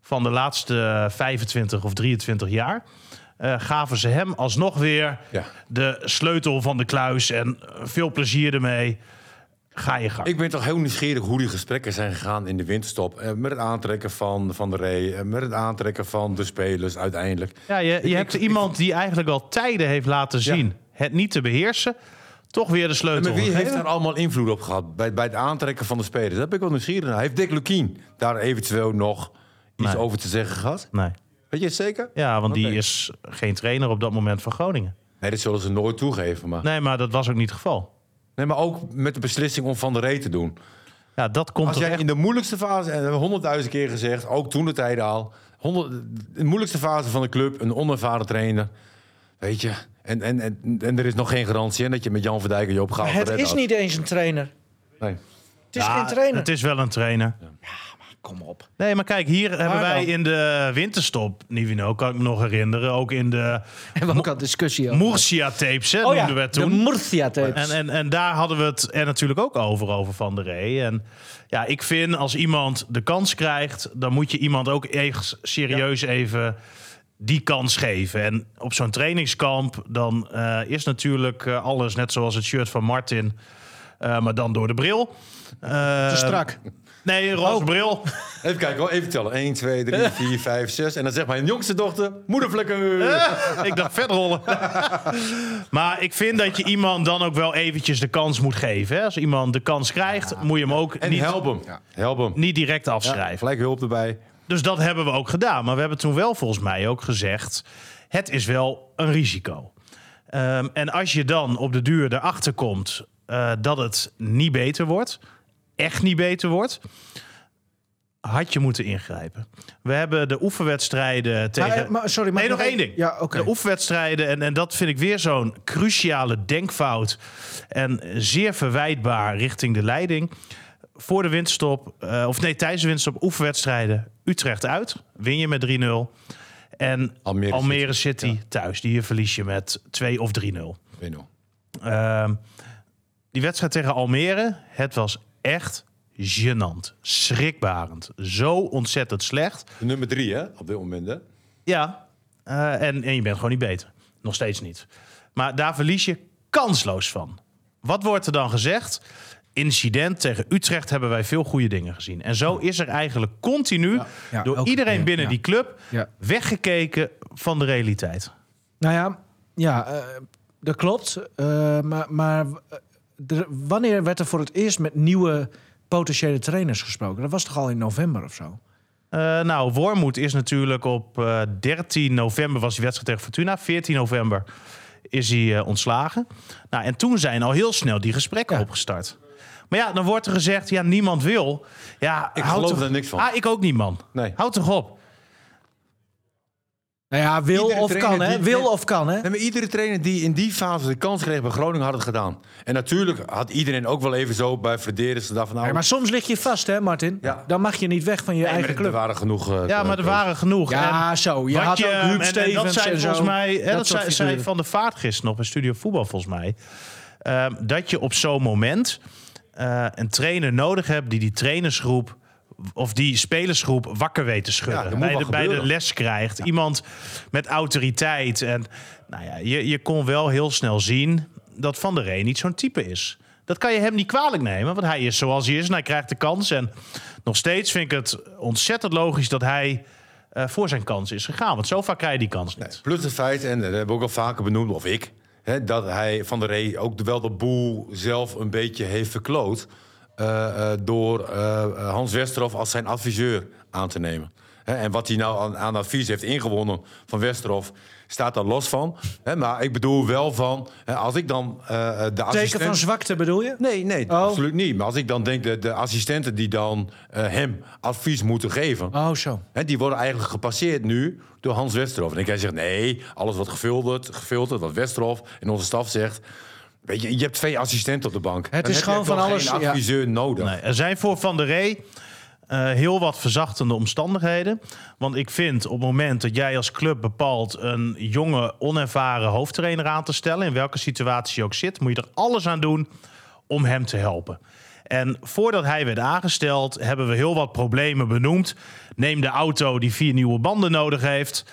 Speaker 4: van de laatste 25 of 23 jaar. eh, gaven ze hem alsnog weer
Speaker 1: Ja.
Speaker 4: de sleutel van de kluis. En eh, veel plezier ermee. Ga je gang.
Speaker 1: Ik ben toch heel nieuwsgierig hoe die gesprekken zijn gegaan in de winterstop. Eh, met het aantrekken van Van der Rey, eh, met het aantrekken van de spelers uiteindelijk.
Speaker 4: Ja, je, je
Speaker 1: ik-
Speaker 4: hebt
Speaker 1: ik-
Speaker 4: iemand die eigenlijk al tijden heeft laten zien het niet te beheersen. Toch weer de sleutel.
Speaker 1: Maar wie heeft
Speaker 4: gegeven.
Speaker 1: daar allemaal invloed op gehad bij, bij het aantrekken van de spelers? Dat ben ik wel nieuwsgierig naar. Heeft Dick Lukien daar eventueel nog iets
Speaker 4: Nee.
Speaker 1: over te zeggen gehad?
Speaker 4: Nee.
Speaker 1: Weet je het zeker?
Speaker 4: Ja, want
Speaker 1: Oké.
Speaker 4: die is geen trainer op dat moment van Groningen.
Speaker 1: Nee, dat zullen ze nooit toegeven. Maar, nee.
Speaker 4: Nee, maar dat was ook niet het geval.
Speaker 1: maar ook met de beslissing om Van der Rey te doen.
Speaker 4: Ja, dat komt
Speaker 1: Als
Speaker 4: toch
Speaker 1: jij
Speaker 4: echt...
Speaker 1: in de moeilijkste fase, en dat hebben we honderdduizend keer gezegd, ook toen de tijden al, honderd, de moeilijkste fase van de club, een onervaren trainer, weet je, en, en, en, en er is nog geen garantie in dat je met Jan van Dijk en Joop Gaal
Speaker 3: Het
Speaker 1: gered
Speaker 3: is
Speaker 1: had.
Speaker 3: niet eens een trainer.
Speaker 1: Nee.
Speaker 3: Het is
Speaker 4: Ja,
Speaker 3: geen trainer.
Speaker 4: Het is wel een trainer.
Speaker 3: Kom op.
Speaker 4: Nee, maar kijk, hier hebben wij
Speaker 3: dan?
Speaker 4: in de winterstop, Nivino, kan ik me nog herinneren. Ook in de
Speaker 3: En we ook al discussie over.
Speaker 4: Murcia-tapes, hè,
Speaker 3: Oh ja,
Speaker 4: noemden we het
Speaker 3: de
Speaker 4: toen.
Speaker 3: Murcia-tapes.
Speaker 4: En, en, en daar hadden we het er natuurlijk ook over, over Van der Rey. En ja, ik vind als iemand de kans krijgt, dan moet je iemand ook echt serieus even die kans geven. En op zo'n trainingskamp, dan eh, is natuurlijk eh, alles net zoals het shirt van Martin, eh, maar dan door de bril. Eh,
Speaker 3: Te strak. Oh.
Speaker 4: Nee, een roze bril.
Speaker 1: Even kijken hoor, even tellen. 1, 2, 3, 4, 5, 6. En dan zegt mijn jongste dochter, moedervlekken.
Speaker 4: ik dacht verder rollen. maar ik vind dat je iemand dan ook wel eventjes de kans moet geven. Hè? Als iemand de kans krijgt, moet je hem ook
Speaker 1: En
Speaker 4: niet,
Speaker 1: help hem. Help hem.
Speaker 4: niet direct afschrijven.
Speaker 1: Gelijk hulp erbij.
Speaker 4: Dus dat hebben we ook gedaan. Maar we hebben toen wel volgens mij ook gezegd: het is wel een risico. Ehm, en als je dan op de duur erachter komt eh, dat het niet beter wordt, echt niet beter wordt, had je moeten ingrijpen. We hebben de oefenwedstrijden tegen.
Speaker 3: Maar, eh, maar, sorry, maar
Speaker 4: nee, nog één ding.
Speaker 3: Ja, oké.
Speaker 4: De oefenwedstrijden, en, en dat vind ik weer zo'n cruciale denkfout. En zeer verwijtbaar richting de leiding. Voor de winststop, eh, of nee, tijdens de winststop, oefenwedstrijden. Utrecht uit, win je met 3-0. En
Speaker 1: Almere
Speaker 4: Almere, City, thuis, die verlies je met 2 of 3-0.
Speaker 1: Winno.
Speaker 4: Ehm, die wedstrijd tegen Almere, het was echt gênant. Schrikbarend. Zo ontzettend slecht.
Speaker 1: De nummer drie hè, op dit moment hè.
Speaker 4: Ja, eh, en, en je bent gewoon niet beter. Nog steeds niet. Maar daar verlies je kansloos van. Wat wordt er dan gezegd? Incident tegen Utrecht hebben wij veel goede dingen gezien. En zo is er eigenlijk continu
Speaker 3: Ja,
Speaker 4: door
Speaker 3: elke
Speaker 4: iedereen
Speaker 3: keer,
Speaker 4: binnen
Speaker 3: ja.
Speaker 4: die club
Speaker 3: Ja.
Speaker 4: weggekeken van de realiteit.
Speaker 3: Nou ja, ja eh, dat klopt. Eh, maar maar eh, er- wanneer werd er voor het eerst met nieuwe potentiële trainers gesproken? Dat was toch al in november of zo?
Speaker 4: Eh, nou, Wormoed is natuurlijk op eh, 13 november was die wedstrijd tegen Fortuna. 14 november is hij eh, ontslagen. Nou, en toen zijn al heel snel die gesprekken
Speaker 3: Ja.
Speaker 4: opgestart. Maar ja, dan wordt er gezegd, ja, niemand wil. Ja,
Speaker 1: Ik
Speaker 4: houd
Speaker 1: geloof
Speaker 4: toch-
Speaker 1: er niks van.
Speaker 4: Ah, ik ook niet, man.
Speaker 1: Nee.
Speaker 4: Houd toch op.
Speaker 3: Nou ja, wil
Speaker 1: Iedere
Speaker 3: of kan,
Speaker 1: trainer
Speaker 3: hè?
Speaker 1: die-
Speaker 3: Wil of kan, hè?
Speaker 1: Nee, maar iedere trainer die in die fase de kans kreeg bij Groningen had het gedaan. En natuurlijk had iedereen ook wel even zo bij Verderen gedacht van nou...
Speaker 3: Ja, maar soms lig je vast, hè, Martin?
Speaker 1: Ja.
Speaker 3: Dan mag je niet weg van je
Speaker 1: Nee, maar
Speaker 3: eigen
Speaker 1: er
Speaker 3: club.
Speaker 1: waren genoeg... eh,
Speaker 4: Ja, maar er
Speaker 1: eh,
Speaker 4: waren genoeg.
Speaker 3: Ja,
Speaker 4: En
Speaker 3: zo. Je
Speaker 4: wat
Speaker 3: had ook
Speaker 4: en-
Speaker 3: Huub
Speaker 4: en
Speaker 3: Stevens
Speaker 4: dat zei
Speaker 3: en zo.
Speaker 4: volgens mij, hè,
Speaker 3: Dat
Speaker 4: dat,
Speaker 3: soort
Speaker 4: zei, zei
Speaker 3: figuren.
Speaker 4: Van de Vaart gisteren nog bij Studio Voetbal, volgens mij. ehm, dat je op zo'n moment eh, een trainer nodig hebt die die trainersgroep of die spelersgroep wakker weet te
Speaker 1: Ja,
Speaker 4: schudden.
Speaker 1: er moet
Speaker 4: bij,
Speaker 1: wat
Speaker 4: de, bij de
Speaker 1: gebeuren.
Speaker 4: les krijgt. Iemand met autoriteit. En, nou ja, je, je kon wel heel snel zien dat Van der Reen niet zo'n type is. Dat kan je hem niet kwalijk nemen, want hij is zoals hij is en hij krijgt de kans. En nog steeds vind ik het ontzettend logisch dat hij eh, voor zijn kans is gegaan. Want zo vaak krijg je die kans niet.
Speaker 1: Plus het feit, en dat hebben we ook al vaker benoemd, of ik... Hè, dat hij Van der Rey ook wel de boel zelf een beetje heeft eh, verkloot... eh, eh, door eh, Hans Westerhof als zijn adviseur aan te nemen. Hè, Hè, en wat hij nou aan, aan advies heeft ingewonnen van Westerhof, staat daar los van. Hè, maar ik bedoel wel van, hè, als ik dan eh, de
Speaker 3: Teken van
Speaker 1: assistent...
Speaker 3: zwakte bedoel je?
Speaker 1: Nee, nee,
Speaker 3: Oh.
Speaker 1: absoluut niet. Maar als ik dan denk, de, de assistenten die dan eh, hem advies moeten geven...
Speaker 3: Oh, zo.
Speaker 1: Hè, die worden eigenlijk gepasseerd nu door Hans Westerhof. En ik hij zegt, nee, alles wat gefilterd, gefilterd wat Westerhof en onze staf zegt... Weet je, je hebt twee assistenten op de bank. Dan
Speaker 3: is
Speaker 1: heb je
Speaker 3: gewoon
Speaker 1: toch
Speaker 3: van alles,
Speaker 1: geen
Speaker 3: ja.
Speaker 1: adviseur nodig.
Speaker 4: Nee, er zijn voor Van der Rey eh, heel wat verzachtende omstandigheden. Want ik vind op het moment dat jij als club bepaalt een jonge, onervaren hoofdtrainer aan te stellen, in welke situatie je ook zit, moet je er alles aan doen om hem te helpen. En voordat hij werd aangesteld, hebben we heel wat problemen benoemd. Neem de auto die vier nieuwe banden nodig heeft.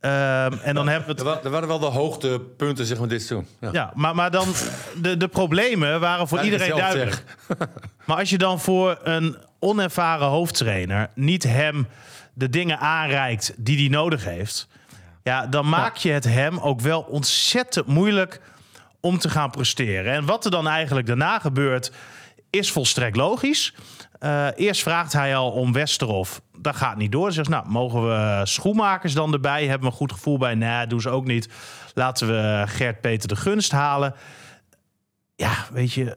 Speaker 4: Ehm, en dan hebben we het
Speaker 1: Dat wa- Dat waren wel de hoogtepunten zeg maar, dit seizoen. Ja.
Speaker 4: ja, maar, maar dan de, de problemen waren voor
Speaker 1: Laat ik het
Speaker 4: iedereen
Speaker 1: zelf
Speaker 4: duidelijk. maar als je dan voor een onervaren hoofdtrainer niet hem de dingen aanreikt die hij nodig heeft, ja, dan maak je het hem ook wel ontzettend moeilijk om te gaan presteren. En wat er dan eigenlijk daarna gebeurt, is volstrekt logisch. Eh, eerst vraagt hij al om Westerhof. Dat gaat niet door. Hij zegt, nou, mogen we schoenmakers dan erbij? Hebben we een goed gevoel bij? Nee, doen ze ook niet. Laten we Gert-Peter de Gunst halen. Ja, weet je,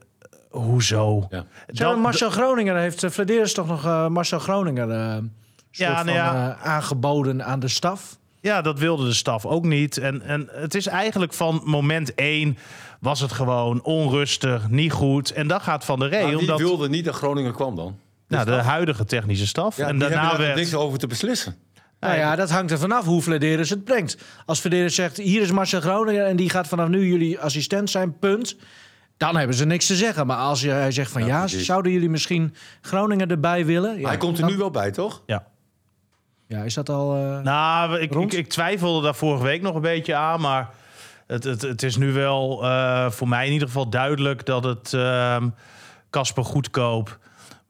Speaker 4: hoezo?
Speaker 1: Ja.
Speaker 3: Zo,
Speaker 4: Dan-
Speaker 3: Marcel Groninger heeft... eh, Flederis toch nog eh, Marcel Groninger eh, soort
Speaker 4: Ja, nou
Speaker 3: van,
Speaker 4: ja.
Speaker 3: eh, aangeboden aan de staf?
Speaker 4: Ja, dat wilde de staf ook niet. En, en het is eigenlijk van moment één was het gewoon onrustig, niet goed. En dat gaat Van de Rey.
Speaker 1: Maar wie
Speaker 4: omdat
Speaker 1: Nou, wilde niet dat Groningen kwam dan?
Speaker 4: nou, de huidige technische staf.
Speaker 1: Ja,
Speaker 4: en
Speaker 1: die hebben
Speaker 4: daarna
Speaker 1: daar
Speaker 4: werd...
Speaker 1: niks over te beslissen.
Speaker 3: Nou ja, dat hangt er vanaf hoe Flederis het brengt. Als Flederis zegt, hier is Marcel Groninger... en die gaat vanaf nu jullie assistent zijn, punt... dan hebben ze niks te zeggen. Maar als je- hij zegt van ja,
Speaker 1: precies.
Speaker 3: zouden jullie misschien Groningen erbij willen? Ja,
Speaker 1: hij komt er
Speaker 3: dan-
Speaker 1: nu wel bij, toch?
Speaker 4: Ja.
Speaker 3: Ja, is dat al... eh,
Speaker 4: Nou, ik, ik,
Speaker 3: Rond?
Speaker 4: ik twijfelde daar vorige week nog een beetje aan, maar het, het, het is nu wel eh, voor mij in ieder geval duidelijk dat het ehm, Casper Goedkoop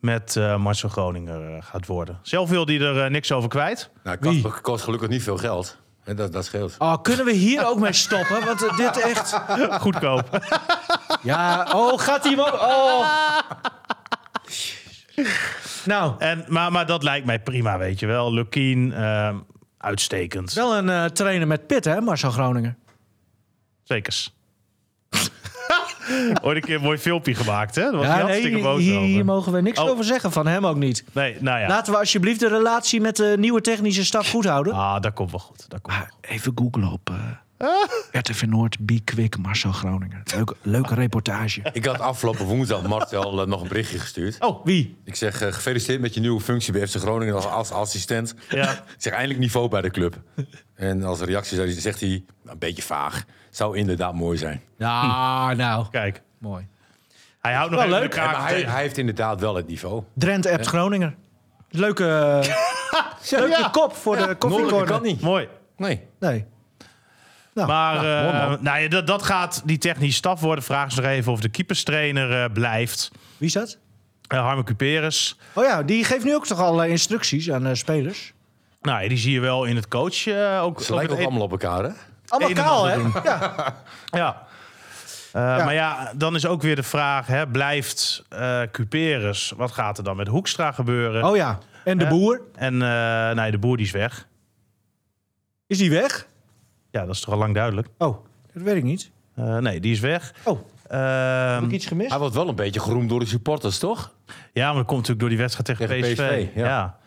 Speaker 4: met eh, Marcel Groninger eh, gaat worden. Zelf wil hij er eh, niks over kwijt.
Speaker 1: Nou,
Speaker 3: Wie?
Speaker 1: Kasper kost gelukkig niet veel geld. En dat, dat scheelt.
Speaker 3: Oh, kunnen we hier ook mee stoppen? Want eh, dit echt...
Speaker 4: Goedkoop.
Speaker 3: Ja, oh, gaat iemand... Oh. Nou,
Speaker 4: en, maar, maar dat lijkt mij prima, weet je wel. Lukien, ehm, uitstekend.
Speaker 3: wel een eh, trainer met pit, hè, Marcel Groninger?
Speaker 4: Zekers. Ooit een keer een mooi filmpje gemaakt, hè? Daar was hij hartstikke
Speaker 3: hier,
Speaker 4: boos
Speaker 3: hier- hier
Speaker 4: over.
Speaker 3: mogen we niks
Speaker 4: Oh.
Speaker 3: over zeggen, van hem ook niet.
Speaker 4: Nee, nou ja.
Speaker 3: Laten we alsjeblieft de relatie met de nieuwe technische staf goed houden.
Speaker 4: Ah, dat komt wel goed. Dat komt wel goed.
Speaker 3: Even googlen op eh, Ah. RTV Noord, Be Quick, Marcel Groninger. Leuke, leuke reportage.
Speaker 1: Ik had afgelopen woensdag Marcel eh, nog een berichtje gestuurd.
Speaker 4: Oh, wie?
Speaker 1: Ik zeg, eh, gefeliciteerd met je nieuwe functie bij FC Groningen als, als assistent.
Speaker 4: Ja.
Speaker 1: Ik zeg, eindelijk niveau bij de club. En als reactie zou hij- zegt hij, nou, een beetje vaag. Zou inderdaad mooi zijn.
Speaker 3: Nou, nou.
Speaker 4: Kijk.
Speaker 3: Mooi.
Speaker 4: Hij houdt nog
Speaker 3: Wel
Speaker 4: even
Speaker 3: leuk,
Speaker 4: de
Speaker 1: Ja,
Speaker 4: kaart
Speaker 1: maar hij,
Speaker 4: tegen.
Speaker 1: hij heeft inderdaad wel het niveau.
Speaker 3: Drent appt Groninger. Leuke, leuke
Speaker 4: Ja.
Speaker 3: kop voor
Speaker 4: Eh,
Speaker 3: de
Speaker 1: Noordelijke
Speaker 3: koffiecorner.
Speaker 1: kan niet.
Speaker 4: Mooi.
Speaker 1: Nee.
Speaker 3: Nee. Nou,
Speaker 4: Maar
Speaker 1: mooi,
Speaker 4: eh,
Speaker 1: man.
Speaker 4: nou ja, dat, dat gaat die technisch staf worden. Vraag ze nog even of de keeperstrainer eh, blijft.
Speaker 3: Wie is dat?
Speaker 4: Eh Harme Cuperus.
Speaker 3: Oh ja, die geeft nu ook toch allerlei instructies aan eh, spelers.
Speaker 4: Nou, ja, die zie je wel in het coach. eh, ook,
Speaker 1: Ze lijken
Speaker 4: het
Speaker 1: ook
Speaker 4: een-
Speaker 1: allemaal op elkaar, hè?
Speaker 3: Allemaal
Speaker 4: Een en
Speaker 3: kaal, hè?
Speaker 4: ander
Speaker 3: Ja.
Speaker 4: Ja. Eh, Maar ja, dan is ook weer de vraag: hè, blijft eh Cuperus? Wat gaat er dan met Hoekstra gebeuren?
Speaker 3: Oh ja. En de
Speaker 4: Eh.
Speaker 3: boer,
Speaker 4: En eh, nee, de boer die is weg.
Speaker 3: is die weg?
Speaker 4: Ja, dat is toch al lang duidelijk.
Speaker 3: Oh, dat weet ik niet.
Speaker 4: Eh, nee, die is weg.
Speaker 3: Oh,
Speaker 4: Ehm,
Speaker 3: heb ik iets gemist?
Speaker 1: Hij wordt wel een beetje geroemd door de supporters, toch?
Speaker 4: ja, maar dat komt natuurlijk door die wedstrijd tegen,
Speaker 1: Tegen
Speaker 4: PSV.
Speaker 1: PSV, ja.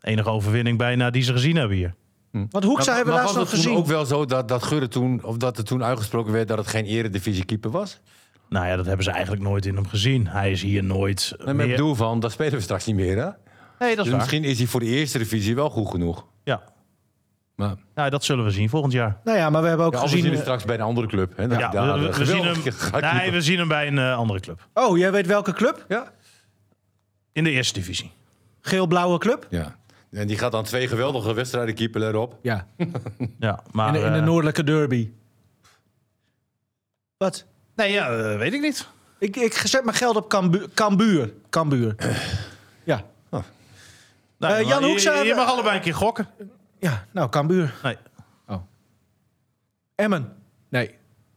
Speaker 4: Enige overwinning bijna die ze gezien hebben hier.
Speaker 3: Want Hoekstra hebben we
Speaker 1: maar
Speaker 3: laatst nog
Speaker 1: was het toen
Speaker 3: gezien.
Speaker 1: ook wel zo dat, dat Gudde toen, of dat er toen uitgesproken werd dat het geen eredivisiekeeper was?
Speaker 4: Nou ja, dat hebben ze eigenlijk nooit in hem gezien. Hij is hier nooit.
Speaker 1: En met
Speaker 4: meer...
Speaker 1: het doel van, dat spelen we straks niet meer, hè?
Speaker 4: Nee, dat
Speaker 1: Dus
Speaker 4: is waar.
Speaker 1: misschien is hij voor de eerste divisie wel goed genoeg.
Speaker 4: Ja.
Speaker 1: Maar
Speaker 4: Nou, dat zullen we zien volgend jaar.
Speaker 3: Nou ja, maar we hebben ook
Speaker 1: ja, of we zien
Speaker 3: gezien...
Speaker 1: hem straks bij een andere club. Hè, dat
Speaker 4: eh, Ja,
Speaker 1: hij daar,
Speaker 4: we,
Speaker 1: eh,
Speaker 4: we- we zien
Speaker 1: geweldig
Speaker 4: hem,
Speaker 1: gaat
Speaker 4: nee,
Speaker 1: keeper.
Speaker 4: we zien hem bij een eh, andere club.
Speaker 3: Oh, jij weet welke club?
Speaker 1: Ja?
Speaker 4: In de eerste divisie.
Speaker 3: Geel-blauwe club?
Speaker 1: ja. En die gaat dan twee geweldige wedstrijden keeper erop.
Speaker 3: Ja.
Speaker 4: Ja, maar,
Speaker 3: In de, in de
Speaker 4: eh,
Speaker 3: noordelijke derby. Wat?
Speaker 4: nee, ja, eh, weet ik niet.
Speaker 3: Ik, ik zet mijn geld op Cambu- Cambuur. Cambuur. Ja. Eh,
Speaker 4: Nee, maar
Speaker 3: Jan
Speaker 4: je-
Speaker 3: Hoekstra-
Speaker 4: Je, je mag allebei een keer gokken.
Speaker 3: Ja, nou, Cambuur.
Speaker 4: Nee,
Speaker 3: Emmen. Nee,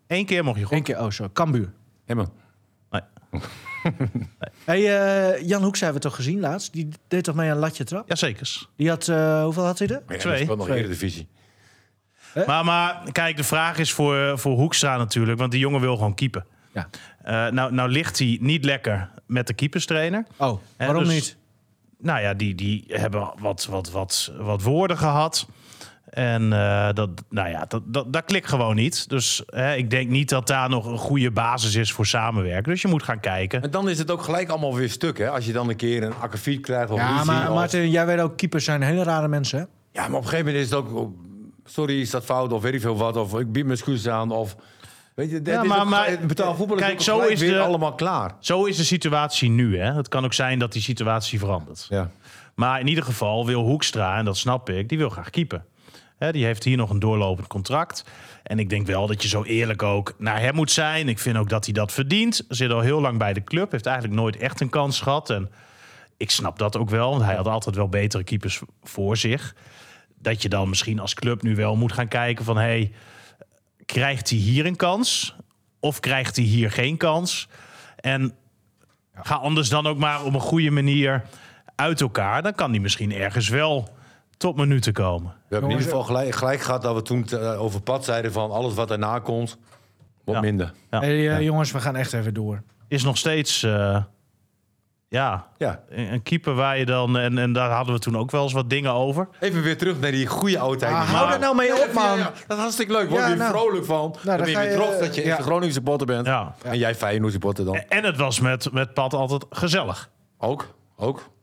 Speaker 4: één keer mocht je gokken.
Speaker 3: één keer. Oh, zo. Cambuur.
Speaker 1: Helemaal.
Speaker 4: Nee.
Speaker 3: Hey, eh, Jan Hoeks hebben we toch gezien laatst? Die deed toch mee aan Latje Trap?
Speaker 4: Jazeker.
Speaker 3: Die had, eh, hoeveel had hij er?
Speaker 1: Ja,
Speaker 4: Twee.
Speaker 1: dat speelt nog
Speaker 3: Twee.
Speaker 1: eerder divisie.
Speaker 4: Maar, maar kijk, de vraag is voor, voor Hoekstra natuurlijk. Want die jongen wil gewoon keeper.
Speaker 3: Ja.
Speaker 4: Eh, nou, nou ligt hij niet lekker met de keeperstrainer.
Speaker 3: Oh,
Speaker 4: Hè,
Speaker 3: waarom
Speaker 4: dus-
Speaker 3: niet?
Speaker 4: Nou ja, die, die hebben wat, wat, wat, wat woorden gehad. En eh, dat, nou ja, dat, dat, dat klikt gewoon niet. Dus hè, ik denk niet dat daar nog een goede basis is voor samenwerken. Dus je moet gaan kijken.
Speaker 1: En dan is het ook gelijk allemaal weer stuk, hè? Als je dan een keer een akkefiet krijgt of
Speaker 3: Ja,
Speaker 1: ruzie
Speaker 3: maar
Speaker 1: of-
Speaker 3: Martin, jij weet ook, keepers zijn hele rare mensen, hè?
Speaker 1: Ja, maar op een gegeven moment is het ook... Sorry, is dat fout? Of weet ik veel wat. Of ik bied mijn excuses aan. Of... Weet je, dat
Speaker 4: Ja,
Speaker 1: is
Speaker 4: maar-
Speaker 1: ook
Speaker 4: maar- eh,
Speaker 1: gelijk- betaalvoetbal
Speaker 4: kijk,
Speaker 1: is ook
Speaker 4: zo
Speaker 1: gelijk
Speaker 4: is
Speaker 1: weer
Speaker 4: de-
Speaker 1: allemaal klaar.
Speaker 4: Zo is de situatie nu. Hè. Het kan ook zijn dat die situatie verandert.
Speaker 1: Ja.
Speaker 4: Maar in ieder geval wil Hoekstra, en dat snap ik, die wil graag keeper. Hè, die heeft hier nog een doorlopend contract. En ik denk wel dat je zo eerlijk ook naar hem moet zijn. Ik vind ook dat hij dat verdient. Zit al heel lang bij de club. Heeft eigenlijk nooit echt een kans gehad. En ik snap dat ook wel. Want hij had altijd wel betere keepers voor zich. Dat je dan misschien als club nu wel moet gaan kijken van... Hey, krijgt hij hier een kans? Of krijgt hij hier geen kans? En ga anders dan ook maar op een goede manier uit elkaar. Dan kan die misschien ergens wel tot minuten komen.
Speaker 1: We hebben in
Speaker 3: Jongens,
Speaker 1: ieder geval gelijk, gelijk gehad dat we toen eh, over pad zeiden van... alles wat erna komt, wat
Speaker 4: Ja.
Speaker 1: minder.
Speaker 4: Ja.
Speaker 3: Hey, eh, jongens, we gaan echt even door.
Speaker 4: Is nog steeds eh, ja,
Speaker 1: Ja.
Speaker 4: een een keeper waar je dan... En, en daar hadden we toen ook wel eens wat dingen over.
Speaker 1: Even weer terug naar die goede oude tijd.
Speaker 3: Ah, hou
Speaker 4: maar-
Speaker 3: er nou mee op, man.
Speaker 1: Ja, dat is hartstikke leuk. Word
Speaker 3: Ja,
Speaker 1: je er
Speaker 3: nou.
Speaker 1: vrolijk van. dan
Speaker 3: dan
Speaker 1: ben je
Speaker 3: ga
Speaker 1: weer
Speaker 3: je- eh,
Speaker 1: trots dat je
Speaker 3: ja.
Speaker 1: echt een Groningen supporter bent.
Speaker 4: Ja. Eh.
Speaker 1: En jij Feyenoord supporter dan.
Speaker 4: En het was met, met Pat altijd gezellig.
Speaker 1: Ook, ook.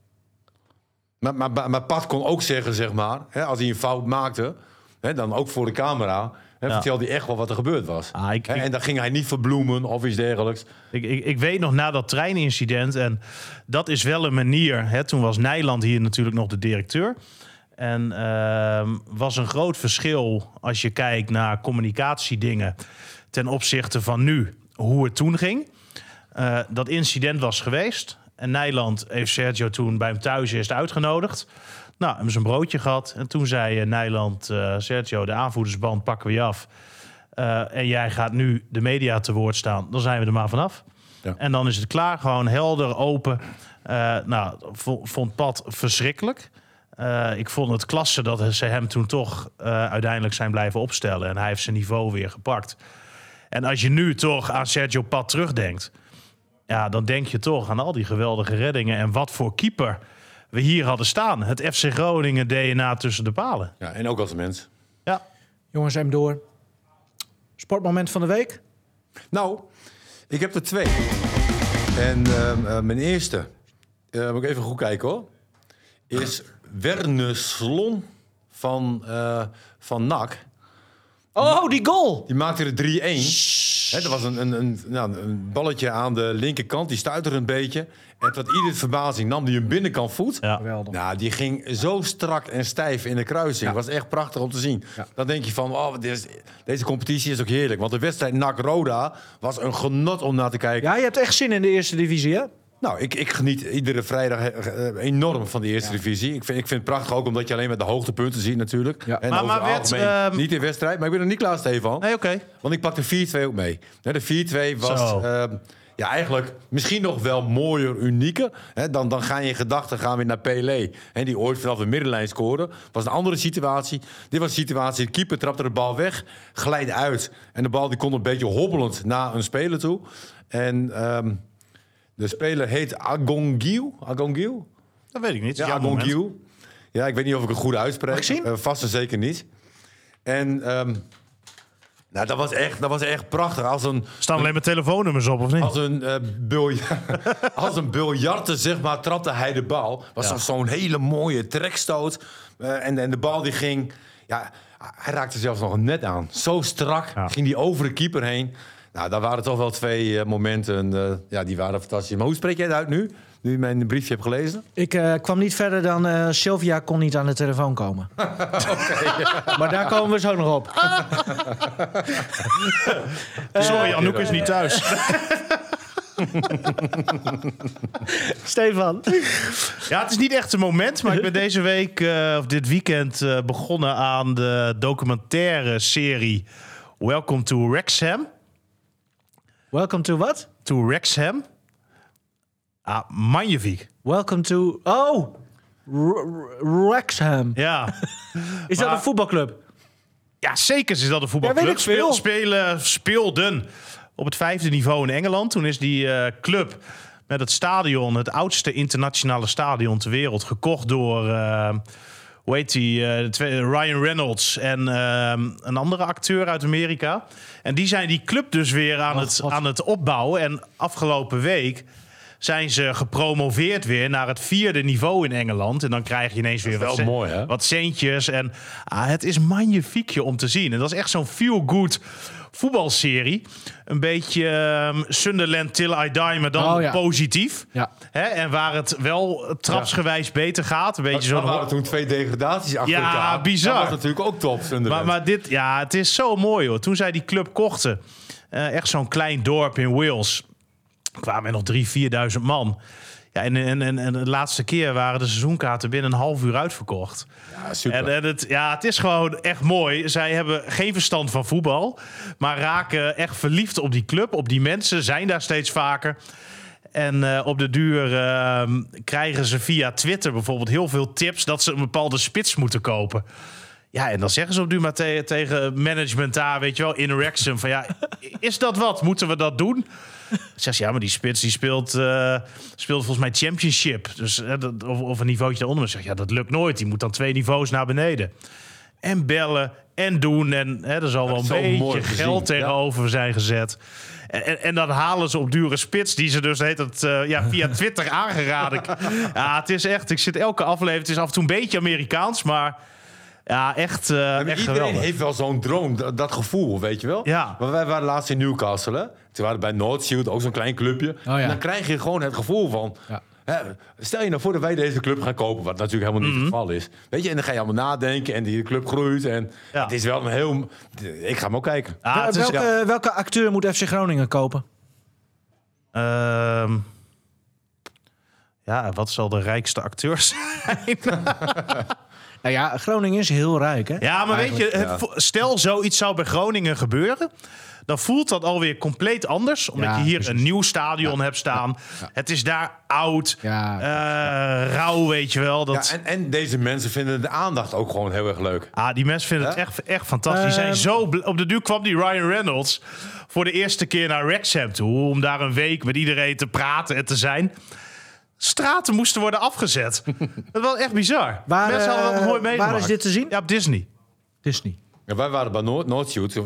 Speaker 1: Maar, maar, maar, maar Pat kon ook zeggen, zeg maar, hè, als hij een fout maakte, hè, dan ook voor de camera, hè,
Speaker 4: Ja.
Speaker 1: vertelde hij echt wel wat er gebeurd was.
Speaker 4: Ah, ik-
Speaker 1: Hè,
Speaker 4: ik-
Speaker 1: en dan ging hij niet verbloemen of iets dergelijks.
Speaker 4: Ik, ik, ik weet nog na dat treinincident. En dat is wel een manier. Hè, toen was Nijland hier natuurlijk nog de directeur. En ehm, was een groot verschil als je kijkt naar communicatiedingen ten opzichte van nu, hoe het toen ging. Eh, dat incident was geweest. En Nijland heeft Sergio toen bij hem thuis eerst uitgenodigd. Nou, hebben ze een broodje gehad. En toen zei eh, Nijland, eh, Sergio, de aanvoerdersband pakken we je af. Eh, en jij gaat nu de media te woord staan. Dan zijn we er maar vanaf.
Speaker 1: Ja.
Speaker 4: En dan is het klaar, gewoon helder, open. Eh, nou, vo- vond Pat verschrikkelijk. Eh, ik vond het klasse dat ze hem toen toch eh, uiteindelijk zijn blijven opstellen. En hij heeft zijn niveau weer gepakt. En als je nu toch aan Sergio Pat terugdenkt... Ja, dan denk je toch aan al die geweldige reddingen. En wat voor keeper we hier hadden staan. Het FC Groningen DNA tussen de palen.
Speaker 1: Ja, en ook als mens.
Speaker 4: Ja,
Speaker 3: Jongens, hem door. Sportmoment van de week?
Speaker 1: Nou, ik heb er twee. En ehm, eh, mijn eerste, eh, moet ik even goed kijken hoor, is Werneslon van, eh, van NAC.
Speaker 3: Oh, die goal!
Speaker 1: Die maakte er 3-1. Hè, dat was een, een, een, nou, een balletje aan de linkerkant. Die stuitte er een beetje. En tot iedere verbazing nam hij een binnenkant voet.
Speaker 4: ja.
Speaker 3: Geweldig.
Speaker 1: Nou, die ging zo strak en stijf in de kruising. was echt prachtig om te zien. Dan denk je van, oh, dit is- deze competitie is ook heerlijk. Want de wedstrijd NAC-Roda was een genot om naar te kijken.
Speaker 3: Ja, je hebt echt zin in de eerste divisie, hè?
Speaker 1: Nou, ik, ik geniet iedere vrijdag eh, eh, enorm van de eerste divisie. Ik vind, ik vind het prachtig ook omdat je alleen maar de hoogtepunten ziet natuurlijk.
Speaker 3: Ja.
Speaker 1: En
Speaker 4: Maar-
Speaker 1: over
Speaker 4: maar
Speaker 1: het
Speaker 4: werd,
Speaker 1: algemeen
Speaker 4: ehm,
Speaker 1: niet in wedstrijd. Maar ik ben er niet klaar, Stefan.
Speaker 4: Nee, oké.
Speaker 1: Want ik pakte 4-2 ook mee. Hè, De 4-2 was
Speaker 4: Zo.
Speaker 1: ehm, ja, eigenlijk misschien nog wel mooier, unieker. Hè, dan, dan gaan je gedachten gaan weer naar Pelé. Hè, die ooit vanaf de middenlijn scoorde. was een andere situatie. Dit was een situatie, de keeper trapte de bal weg, glijdt uit. En de bal die kon een beetje hobbelend naar een speler toe. En ehm, de speler heet Agongiu. Agongiu?
Speaker 4: Dat weet ik niet.
Speaker 1: Ja,
Speaker 4: Ja, moment.
Speaker 1: Agongiu. Ja, ik weet niet of ik het goed uitspreek.
Speaker 3: Maxime?
Speaker 1: Eh, vast en zeker niet. En ehm, nou, dat, was echt, dat was echt prachtig. Als een,
Speaker 4: Staan alleen maar telefoonnummers op, of niet?
Speaker 1: als een, eh bilja- als een biljarte, zeg maar, trapte hij de bal. Was dat zo'n hele mooie trekstoot. Eh, en, en de bal die ging... Ja, hij raakte zelfs nog een net aan. Zo strak
Speaker 4: Ja.
Speaker 1: ging die over de keeper heen. Nou, daar waren toch wel twee eh, momenten. eh, ja, die waren fantastisch. Maar hoe spreek jij het uit nu? Nu je mijn briefje hebt gelezen?
Speaker 3: Ik eh, kwam niet verder dan eh, Sylvia kon niet aan de telefoon komen. maar daar komen we zo nog op.
Speaker 4: Eh, Sorry, Anouk is niet thuis.
Speaker 3: Stefan.
Speaker 4: Ja, het is niet echt een moment, maar ik ben deze week eh, of dit weekend eh, begonnen aan de documentaire serie Welcome to Wrexham.
Speaker 3: Welcome to what?
Speaker 4: To Wrexham. Ah, magnifiek.
Speaker 3: Welcome to... Oh! R- R- Wrexham.
Speaker 4: Ja.
Speaker 3: Is dat
Speaker 4: maar-
Speaker 3: een voetbalclub?
Speaker 4: ja, zeker is dat een voetbalclub.
Speaker 3: Ja, weet ik veel.
Speaker 4: spelen, speelden op het vijfde niveau in Engeland. Toen is die eh, club met het stadion, het oudste internationale stadion ter wereld, gekocht door... eh, hoe heet die? eh, twee- Ryan Reynolds en ehm, een andere acteur uit Amerika. En die zijn die club dus weer aan, het,
Speaker 3: God.
Speaker 4: aan het opbouwen. En afgelopen week zijn ze gepromoveerd weer naar het vierde niveau in Engeland. En dan krijg je ineens weer
Speaker 1: wel
Speaker 4: wat, cent-
Speaker 1: mooi, hè?
Speaker 4: wat centjes. En ah, het is magnifiekje om te zien. En dat is echt zo'n feel-good voetbalserie. Een beetje ehm, Sunderland Till I Die, maar dan
Speaker 3: Oh, ja.
Speaker 4: positief.
Speaker 3: Ja.
Speaker 4: Hè? En waar het wel trapsgewijs beter gaat. Een beetje
Speaker 1: Zo
Speaker 4: zo'n
Speaker 1: waren toen twee degradaties achter
Speaker 4: Ja,
Speaker 1: elkaar.
Speaker 4: bizar.
Speaker 1: Dat was natuurlijk ook top, Sunderland.
Speaker 4: Maar, maar dit, ja, het is zo mooi hoor. Toen zij die club kochten, eh, echt zo'n klein dorp in Wales, kwamen er nog 3.000, 4.000 man. Ja, en, en, en, en de laatste keer waren de seizoenkaarten binnen een half uur uitverkocht.
Speaker 1: ja, super.
Speaker 4: En, en het, ja, het is gewoon echt mooi. Zij hebben geen verstand van voetbal, maar raken echt verliefd op die club, op die mensen, zijn daar steeds vaker. En eh, op de duur ehm, krijgen ze via Twitter bijvoorbeeld heel veel tips dat ze een bepaalde spits moeten kopen. Ja, en dan zeggen ze op de duur maar te- tegen management daar, weet je wel, in Wrexham, van ja, is dat wat? Moeten we dat doen? Zeg ze, ja, maar die spits die speelt, eh, speelt volgens mij championship. Dus, eh, dat, of, of een niveautje daaronder. Zeg ja, dat lukt nooit. Die moet dan twee niveaus naar beneden. En bellen en doen. En hè, er zal wel
Speaker 1: is
Speaker 4: een
Speaker 1: zo mooi
Speaker 4: beetje
Speaker 1: gezien,
Speaker 4: geld
Speaker 1: ja.
Speaker 4: tegenover zijn gezet. En, en, en dan halen ze op dure spits, die ze dus heet het, eh, ja, via Twitter aangeraden. k- Ja, het is echt, ik zit elke aflevering, het is af en toe een beetje Amerikaans, maar ja, echt, eh,
Speaker 1: Ja, maar
Speaker 4: echt
Speaker 1: iedereen
Speaker 4: geweldig.
Speaker 1: heeft wel zo'n droom, dat, dat gevoel, weet je wel?
Speaker 4: Ja.
Speaker 1: Maar wij waren laatst in Newcastle, hè? Toen waren we bij North Shield, ook zo'n klein clubje.
Speaker 3: Oh, ja.
Speaker 1: En dan krijg je gewoon het gevoel van...
Speaker 3: Ja.
Speaker 1: hè, stel je nou voor dat wij deze club gaan kopen, wat natuurlijk helemaal
Speaker 4: Mhm.
Speaker 1: niet het geval is. Weet je, en dan ga je allemaal nadenken en die club groeit. En
Speaker 4: Ja.
Speaker 1: het is wel een heel... Ik ga hem ook kijken.
Speaker 4: Ah, het is,
Speaker 3: Eh, welke, welke acteur moet FC Groningen kopen?
Speaker 4: Ehm, ja, wat zal de rijkste acteur zijn?
Speaker 3: Nou ja, Groningen is heel rijk, hè?
Speaker 4: ja, maar weet je, het
Speaker 1: ja.
Speaker 4: vo- stel zoiets zou bij Groningen gebeuren. Dan voelt dat alweer compleet anders. Omdat
Speaker 3: Ja,
Speaker 4: je hier
Speaker 3: precies.
Speaker 4: een nieuw stadion hebt staan. Het is daar oud,
Speaker 3: Ja.
Speaker 4: eh, rauw, weet je wel. Dat,
Speaker 1: Ja, en, en deze mensen vinden de aandacht ook gewoon heel erg leuk.
Speaker 4: Ah, die mensen vinden het
Speaker 1: Ja?
Speaker 4: echt, echt fantastisch. Die zijn
Speaker 3: Ehm.
Speaker 4: zo bl- op de duur kwam die Ryan Reynolds voor de eerste keer naar Wrexham toe. Om daar een week met iedereen te praten en te zijn. Straten moesten worden afgezet. Dat was echt bizar.
Speaker 3: Waar,
Speaker 4: mensen hadden dat
Speaker 3: eh,
Speaker 4: nooit
Speaker 3: waar
Speaker 4: meegemaakt.
Speaker 3: is dit te zien?
Speaker 4: Ja, op Disney.
Speaker 3: Disney.
Speaker 1: Ja, wij waren bij Noord- Northshoot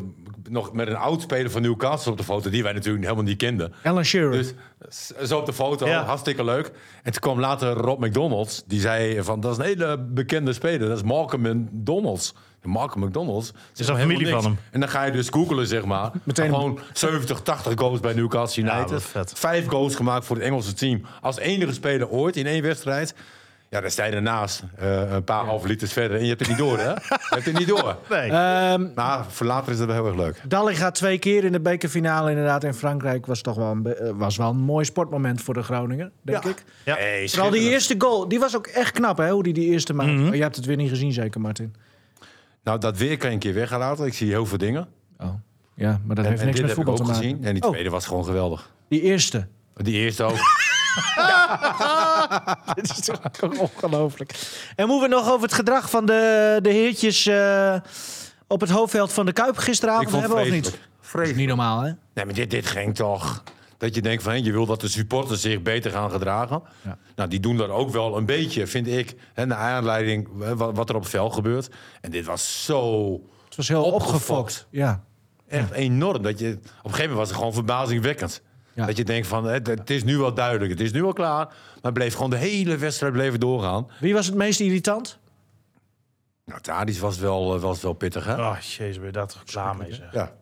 Speaker 1: nog met een oudspeler van Newcastle op de foto, die wij natuurlijk helemaal niet kenden.
Speaker 3: Alan Shearer.
Speaker 1: Dus zo op de foto,
Speaker 4: Ja.
Speaker 1: hartstikke leuk. En toen kwam later Rob McDonald's, die zei van, dat is een hele bekende speler, dat is Malcolm McDonald's. En Malcolm McDonald's. Dat
Speaker 4: een familie van hem.
Speaker 1: En dan ga je dus googelen, zeg maar.
Speaker 3: Meteen-
Speaker 1: Gewoon 70, 80 goals bij Newcastle
Speaker 4: Ja,
Speaker 1: United.
Speaker 4: wat vet.
Speaker 1: Vijf goals gemaakt voor het Engelse team. Als enige speler ooit in één wedstrijd. Ja, dan sta je ernaast, eh, een paar halve liters verder. En je hebt het niet door, hè? Je hebt het niet door.
Speaker 4: Nee.
Speaker 3: Ehm,
Speaker 1: Maar Nou, voor later is dat wel heel erg leuk.
Speaker 3: Dalli gaat twee keer in de bekerfinale inderdaad in Frankrijk. Was toch wel een, be- eh, was wel een mooi sportmoment voor de Groningen, denk ik.
Speaker 4: Ja.
Speaker 1: Hey,
Speaker 3: Vooral die eerste goal, die was ook echt knap hè, hoe die die eerste maakte.
Speaker 1: Mhm.
Speaker 3: Maar je hebt het weer niet gezien zeker, Martin.
Speaker 1: Nou, dat weer kan je een keer weghalen. Ik zie heel veel dingen.
Speaker 3: Oh. Ja, maar dat heeft
Speaker 1: en
Speaker 3: niks
Speaker 1: dit
Speaker 3: met
Speaker 1: heb ik
Speaker 3: voetbal
Speaker 1: ook
Speaker 3: te maken.
Speaker 1: gezien. En die
Speaker 3: Oh.
Speaker 1: tweede was gewoon geweldig.
Speaker 3: Die eerste.
Speaker 1: Die eerste ook.
Speaker 3: Dit is toch ook ongelooflijk. En moeten we nog over het gedrag van de, de heertjes eh, op het hoofdveld van de Kuip gisteravond
Speaker 1: Ik vond het
Speaker 3: hebben, of niet?
Speaker 1: vreselijk.
Speaker 3: Vreemd. Niet normaal, hè?
Speaker 1: nee, maar dit, dit ging toch. Dat je denkt van, hé, je wil dat de supporters zich beter gaan gedragen.
Speaker 3: Ja.
Speaker 1: Nou, die doen dat ook wel een beetje, vind ik. Hè, naar aanleiding hè, wat, wat er op het veld gebeurt. En dit was zo
Speaker 3: Het was heel
Speaker 1: Opgefokt.
Speaker 3: opgefokt. Ja.
Speaker 1: echt enorm. Dat je, op een gegeven moment was het gewoon verbazingwekkend.
Speaker 3: Ja.
Speaker 1: Dat je denkt van, hè, het, het is nu wel duidelijk, het is nu wel klaar. Maar het bleef gewoon de hele wedstrijd bleven doorgaan.
Speaker 3: Wie was het meest irritant?
Speaker 1: Nou, Tadis was wel, eh, was wel pittig, hè?
Speaker 4: Oh, jezus, ben je daar toch klaar mee? Zeg.
Speaker 1: Ja.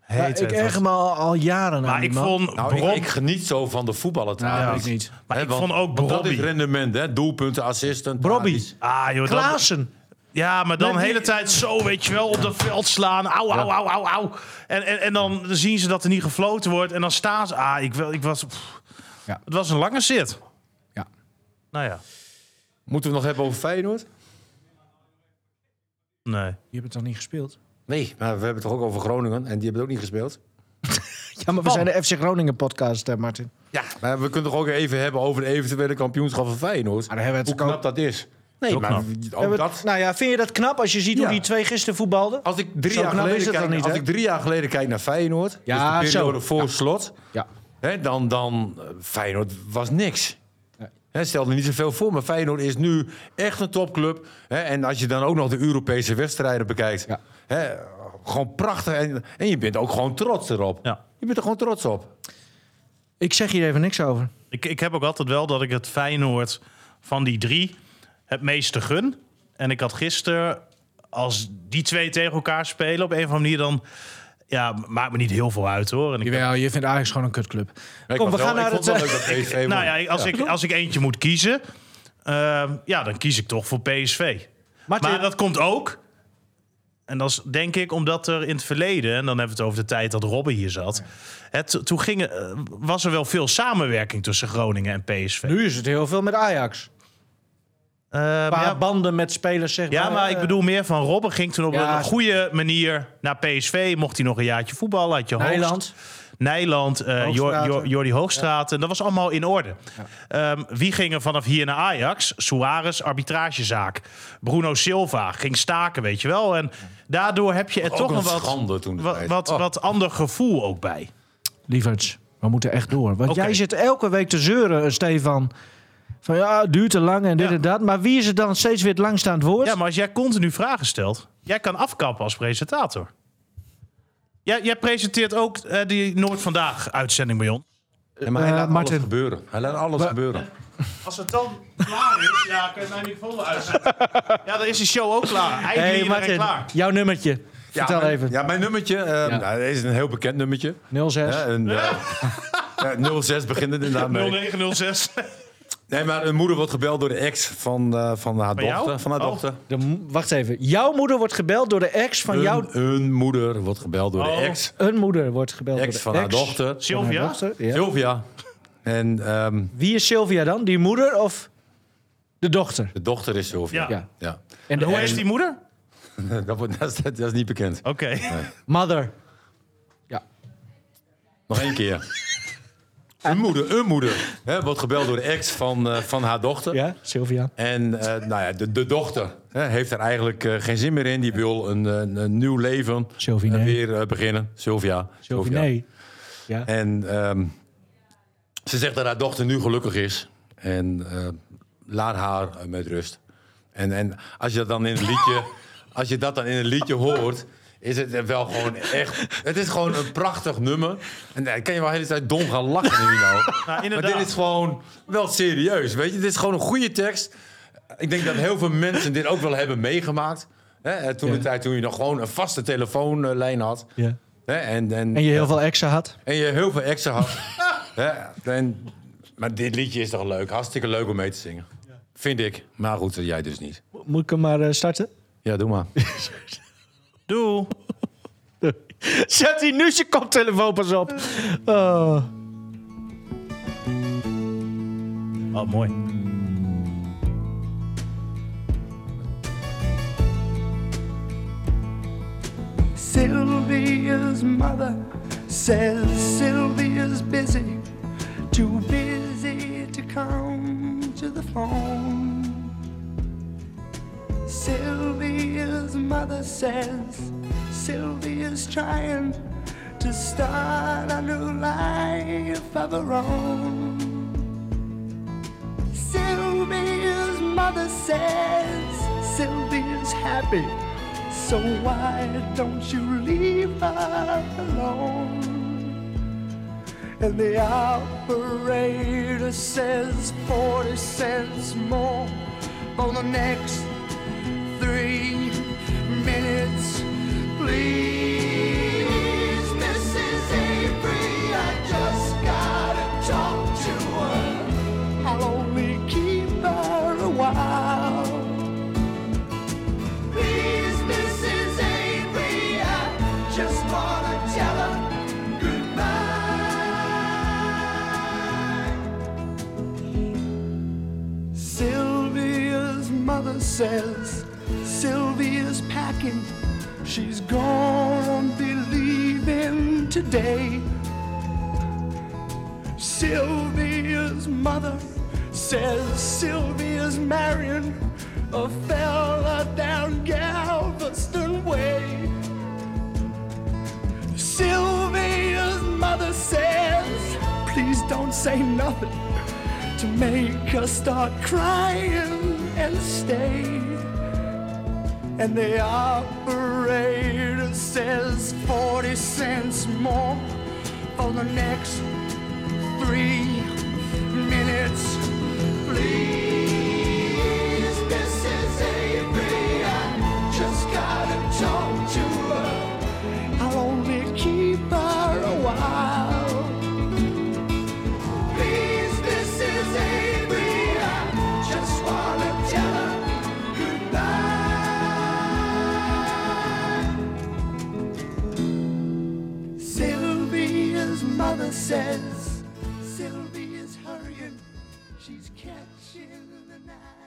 Speaker 4: Heet
Speaker 3: Ja,
Speaker 4: het
Speaker 3: ik
Speaker 4: wat.
Speaker 3: erger me al, al jaren aan
Speaker 4: maar
Speaker 3: die
Speaker 4: ik
Speaker 3: man.
Speaker 4: vond
Speaker 1: Nou,
Speaker 4: Brom-
Speaker 1: ik, ik geniet zo van de voetballer.
Speaker 3: Nou,
Speaker 1: trouwens.
Speaker 3: weet ik niet.
Speaker 4: maar
Speaker 1: Hè,
Speaker 4: ik
Speaker 1: want-
Speaker 4: vond ook
Speaker 1: want Dat
Speaker 4: Bobby.
Speaker 1: is rendement, hè? Doelpunten, assisten.
Speaker 3: Robbie.
Speaker 4: Ah, joh, dat-
Speaker 3: Klaassen.
Speaker 4: Ja, maar dan de
Speaker 3: Nee, die-
Speaker 4: hele tijd zo, weet je wel, op dat veld slaan. Au, au, au, au, au. En, en, en dan zien ze dat er niet gefloten wordt. En dan staan ze... Ah, ik, wel, ik was... pff.
Speaker 3: Ja.
Speaker 4: Het was een lange zit.
Speaker 3: Ja.
Speaker 4: Nou ja.
Speaker 1: Moeten we het nog hebben over Feyenoord?
Speaker 4: Nee.
Speaker 3: Je hebt het dan niet gespeeld?
Speaker 1: Nee, maar we hebben het toch ook over Groningen. En die hebben het ook niet gespeeld.
Speaker 3: Ja, maar we zijn de FC Groningen podcast, hè, Martin.
Speaker 1: Ja, maar we kunnen toch ook even hebben over de eventuele kampioenschap van Feyenoord.
Speaker 3: Maar daar hebben we
Speaker 1: Hoe
Speaker 3: het ook-
Speaker 1: knap dat is. Nee,
Speaker 4: Heel
Speaker 1: maar
Speaker 4: knap.
Speaker 1: ook
Speaker 3: Hebben we-
Speaker 1: dat.
Speaker 3: Nou ja, vind je dat knap als je ziet hoe
Speaker 1: Ja. Oh.
Speaker 3: die twee gisteren voetbalden?
Speaker 1: Als ik drie,
Speaker 3: Zo
Speaker 1: jaar
Speaker 3: knap is
Speaker 1: geleden,
Speaker 3: het dan
Speaker 1: kijk,
Speaker 3: niet,
Speaker 1: als
Speaker 3: hè?
Speaker 1: ik drie jaar geleden kijk naar Feyenoord,
Speaker 3: Ja,
Speaker 1: dus de periode
Speaker 3: zo.
Speaker 1: voor slot,
Speaker 3: Ja.
Speaker 1: hè, dan, dan eh, Feyenoord was niks.
Speaker 3: Nee.
Speaker 1: Hè, stelde niet zoveel voor, maar Feyenoord is nu echt een topclub. Hè, en als je dan ook nog de Europese wedstrijden bekijkt,
Speaker 3: Ja.
Speaker 1: hè, gewoon prachtig. En, en je bent ook gewoon trots erop.
Speaker 4: Ja.
Speaker 1: Je bent er gewoon trots op.
Speaker 3: Ik zeg hier even niks over.
Speaker 4: Ik, ik heb ook altijd wel dat ik het Feyenoord van die drie het meeste gun. En ik had gisteren, als die twee tegen elkaar spelen, op een of andere manier dan... Ja, maakt me niet heel veel uit hoor. En ik,
Speaker 3: Jawel, je vindt Ajax gewoon een kutclub.
Speaker 1: Ik
Speaker 3: Kom,
Speaker 1: was wel-
Speaker 3: we gaan naar
Speaker 1: ik vond
Speaker 3: het...
Speaker 1: wel
Speaker 3: eh,
Speaker 1: leuk dat PSV won.
Speaker 4: nou ja, als ik, als ik eentje moet kiezen, eh, ja, dan kies ik toch voor PSV.
Speaker 3: Martin,
Speaker 4: Maar dat komt ook. En dat is denk ik omdat er in het verleden, en dan hebben we het over de tijd dat Robben hier zat. Het, toen gingen, eh, was er wel veel samenwerking tussen Groningen en PSV.
Speaker 3: nu is het heel veel met Ajax.
Speaker 4: Eh,
Speaker 3: Een
Speaker 4: maar
Speaker 3: paar
Speaker 4: ja,
Speaker 3: banden met spelers, zeg
Speaker 4: Ja, maar
Speaker 3: eh,
Speaker 4: ik bedoel meer van Robben ging toen op
Speaker 3: Ja.
Speaker 4: een goede manier naar PSV. Mocht hij nog een jaartje voetballen, had je Hoogst-
Speaker 3: Nijland.
Speaker 4: Nijland, eh,
Speaker 3: Hoogstraten.
Speaker 4: Jor- Jor- Jordi Hoogstraat. En dat was allemaal in orde. Ehm, wie ging er vanaf hier naar Ajax? Suarez, arbitragezaak. Bruno Silva ging staken, weet je wel. En daardoor heb je er
Speaker 1: Ook
Speaker 4: toch
Speaker 1: een
Speaker 4: een wat,
Speaker 1: schande toen de
Speaker 4: wat,
Speaker 1: tijd.
Speaker 4: wat,
Speaker 1: Oh.
Speaker 4: wat ander gevoel ook bij.
Speaker 3: Lieverds, we moeten echt door. Want
Speaker 4: Oké.
Speaker 3: jij zit elke week te zeuren, eh, Stefan. Van ja, het duurt te lang en dit
Speaker 4: Ja.
Speaker 3: en dat. Maar wie is het dan steeds weer het langst aan het woord?
Speaker 4: Ja, maar als jij continu vragen stelt, jij kan afkappen als presentator. Jij, jij presenteert ook eh, die Noord Vandaag uitzending bij ons.
Speaker 1: Ja, maar hij
Speaker 3: Eh,
Speaker 1: laat
Speaker 3: Martin.
Speaker 1: alles gebeuren. Hij laat alles gebeuren.
Speaker 4: Als het dan klaar is, ja, kun je mijn microfoon uitzetten. Ja, dan is de show ook klaar. Eigenlijk
Speaker 3: hey, Martin, jouw nummertje. Vertel
Speaker 1: mijn,
Speaker 3: even.
Speaker 1: Ja, mijn nummertje eh, nou, dat is een heel bekend nummertje.
Speaker 3: 06.
Speaker 1: Hè, een, eh, eh, 06 begint het inderdaad mee.
Speaker 4: 0906.
Speaker 1: Nee, maar een moeder wordt gebeld door de ex van, eh, van haar
Speaker 4: jou?
Speaker 1: dochter. Van haar
Speaker 4: Oh.
Speaker 1: dochter.
Speaker 3: De m- wacht even. Jouw moeder wordt gebeld door de ex van
Speaker 1: Een,
Speaker 3: jouw...
Speaker 1: een moeder wordt gebeld door
Speaker 4: Oh.
Speaker 1: de ex.
Speaker 3: Een moeder wordt gebeld door de
Speaker 1: Ex van haar
Speaker 3: ex
Speaker 1: dochter.
Speaker 3: van haar
Speaker 4: Sylvia?
Speaker 3: dochter, ja.
Speaker 1: Sylvia. En ehm,
Speaker 3: Wie is Sylvia dan? Die moeder of de dochter?
Speaker 1: de dochter is Sylvia.
Speaker 4: Ja.
Speaker 1: Ja.
Speaker 3: En de
Speaker 4: Hoe is die moeder?
Speaker 1: dat, wordt, dat, is, dat is niet bekend.
Speaker 4: Oké.
Speaker 3: mother.
Speaker 1: Nog één keer. Een moeder, een moeder hè, wordt gebeld door de ex van, eh, van haar dochter.
Speaker 3: Ja, Sylvia.
Speaker 1: En eh, nou ja, de, de dochter hè, heeft er eigenlijk eh, geen zin meer in. Die wil een, een, een nieuw leven
Speaker 3: Sylvie,
Speaker 1: eh,
Speaker 3: nee.
Speaker 1: weer eh, beginnen. Sylvia.
Speaker 3: Sylvia,
Speaker 1: Sylvia.
Speaker 3: nee. Ja.
Speaker 1: En ehm, ze zegt dat haar dochter nu gelukkig is. En eh, laat haar eh, met rust. En, en als je dat dan in een liedje, als je dat dan in een liedje hoort, is het wel gewoon echt. Het is gewoon een prachtig nummer. En daar kan je wel de hele tijd dom gaan lachen nu nou. maar
Speaker 4: inderdaad.
Speaker 1: dit is gewoon wel serieus, weet je? Dit is gewoon een goede tekst. Ik denk dat heel veel mensen dit ook wel hebben meegemaakt. Hè, eh, toen de
Speaker 3: Ja.
Speaker 1: tijd toen je nog gewoon een vaste telefoonlijn had.
Speaker 3: Ja.
Speaker 1: Hè, en, en,
Speaker 3: En je heel veel exen had.
Speaker 1: en je heel veel extra had. ja, en, maar dit liedje is toch leuk? Hartstikke leuk om mee te zingen. Vind ik. Maar goed, jij dus niet.
Speaker 3: Moet ik hem maar eh, starten?
Speaker 1: Ja, doe maar.
Speaker 4: Doe.
Speaker 3: Zet hij nu zijn koptelefoon pas op. Oh.
Speaker 4: Oh, mooi.
Speaker 5: Sylvia's mother says Sylvia's busy, too busy to come to the phone. Sylvia's mother says Sylvia's trying to start a new life of her own. Sylvia's mother says Sylvia's happy, so why don't you leave her alone? And the operator says 40 cents more for the next three minutes, please. Mrs. Avery, I just gotta talk to her. I'll only keep her a while. Please, Mrs. Avery, I just wanna tell her goodbye. Sylvia's mother says Sylvia's packing. She's gonna be leaving today. Sylvia's mother says Sylvia's marrying a fella down Galveston Way. Sylvia's mother says, please don't say nothing to make us start crying and stay. And the operator says 40 cents more for the next three minutes, please. This is Avery. I just gotta talk to her. I'll only keep her a while. Please, this is Avery. I just wanna tell her goodbye. Sylvia's mother says Sylvia's hurrying, she's catching the night.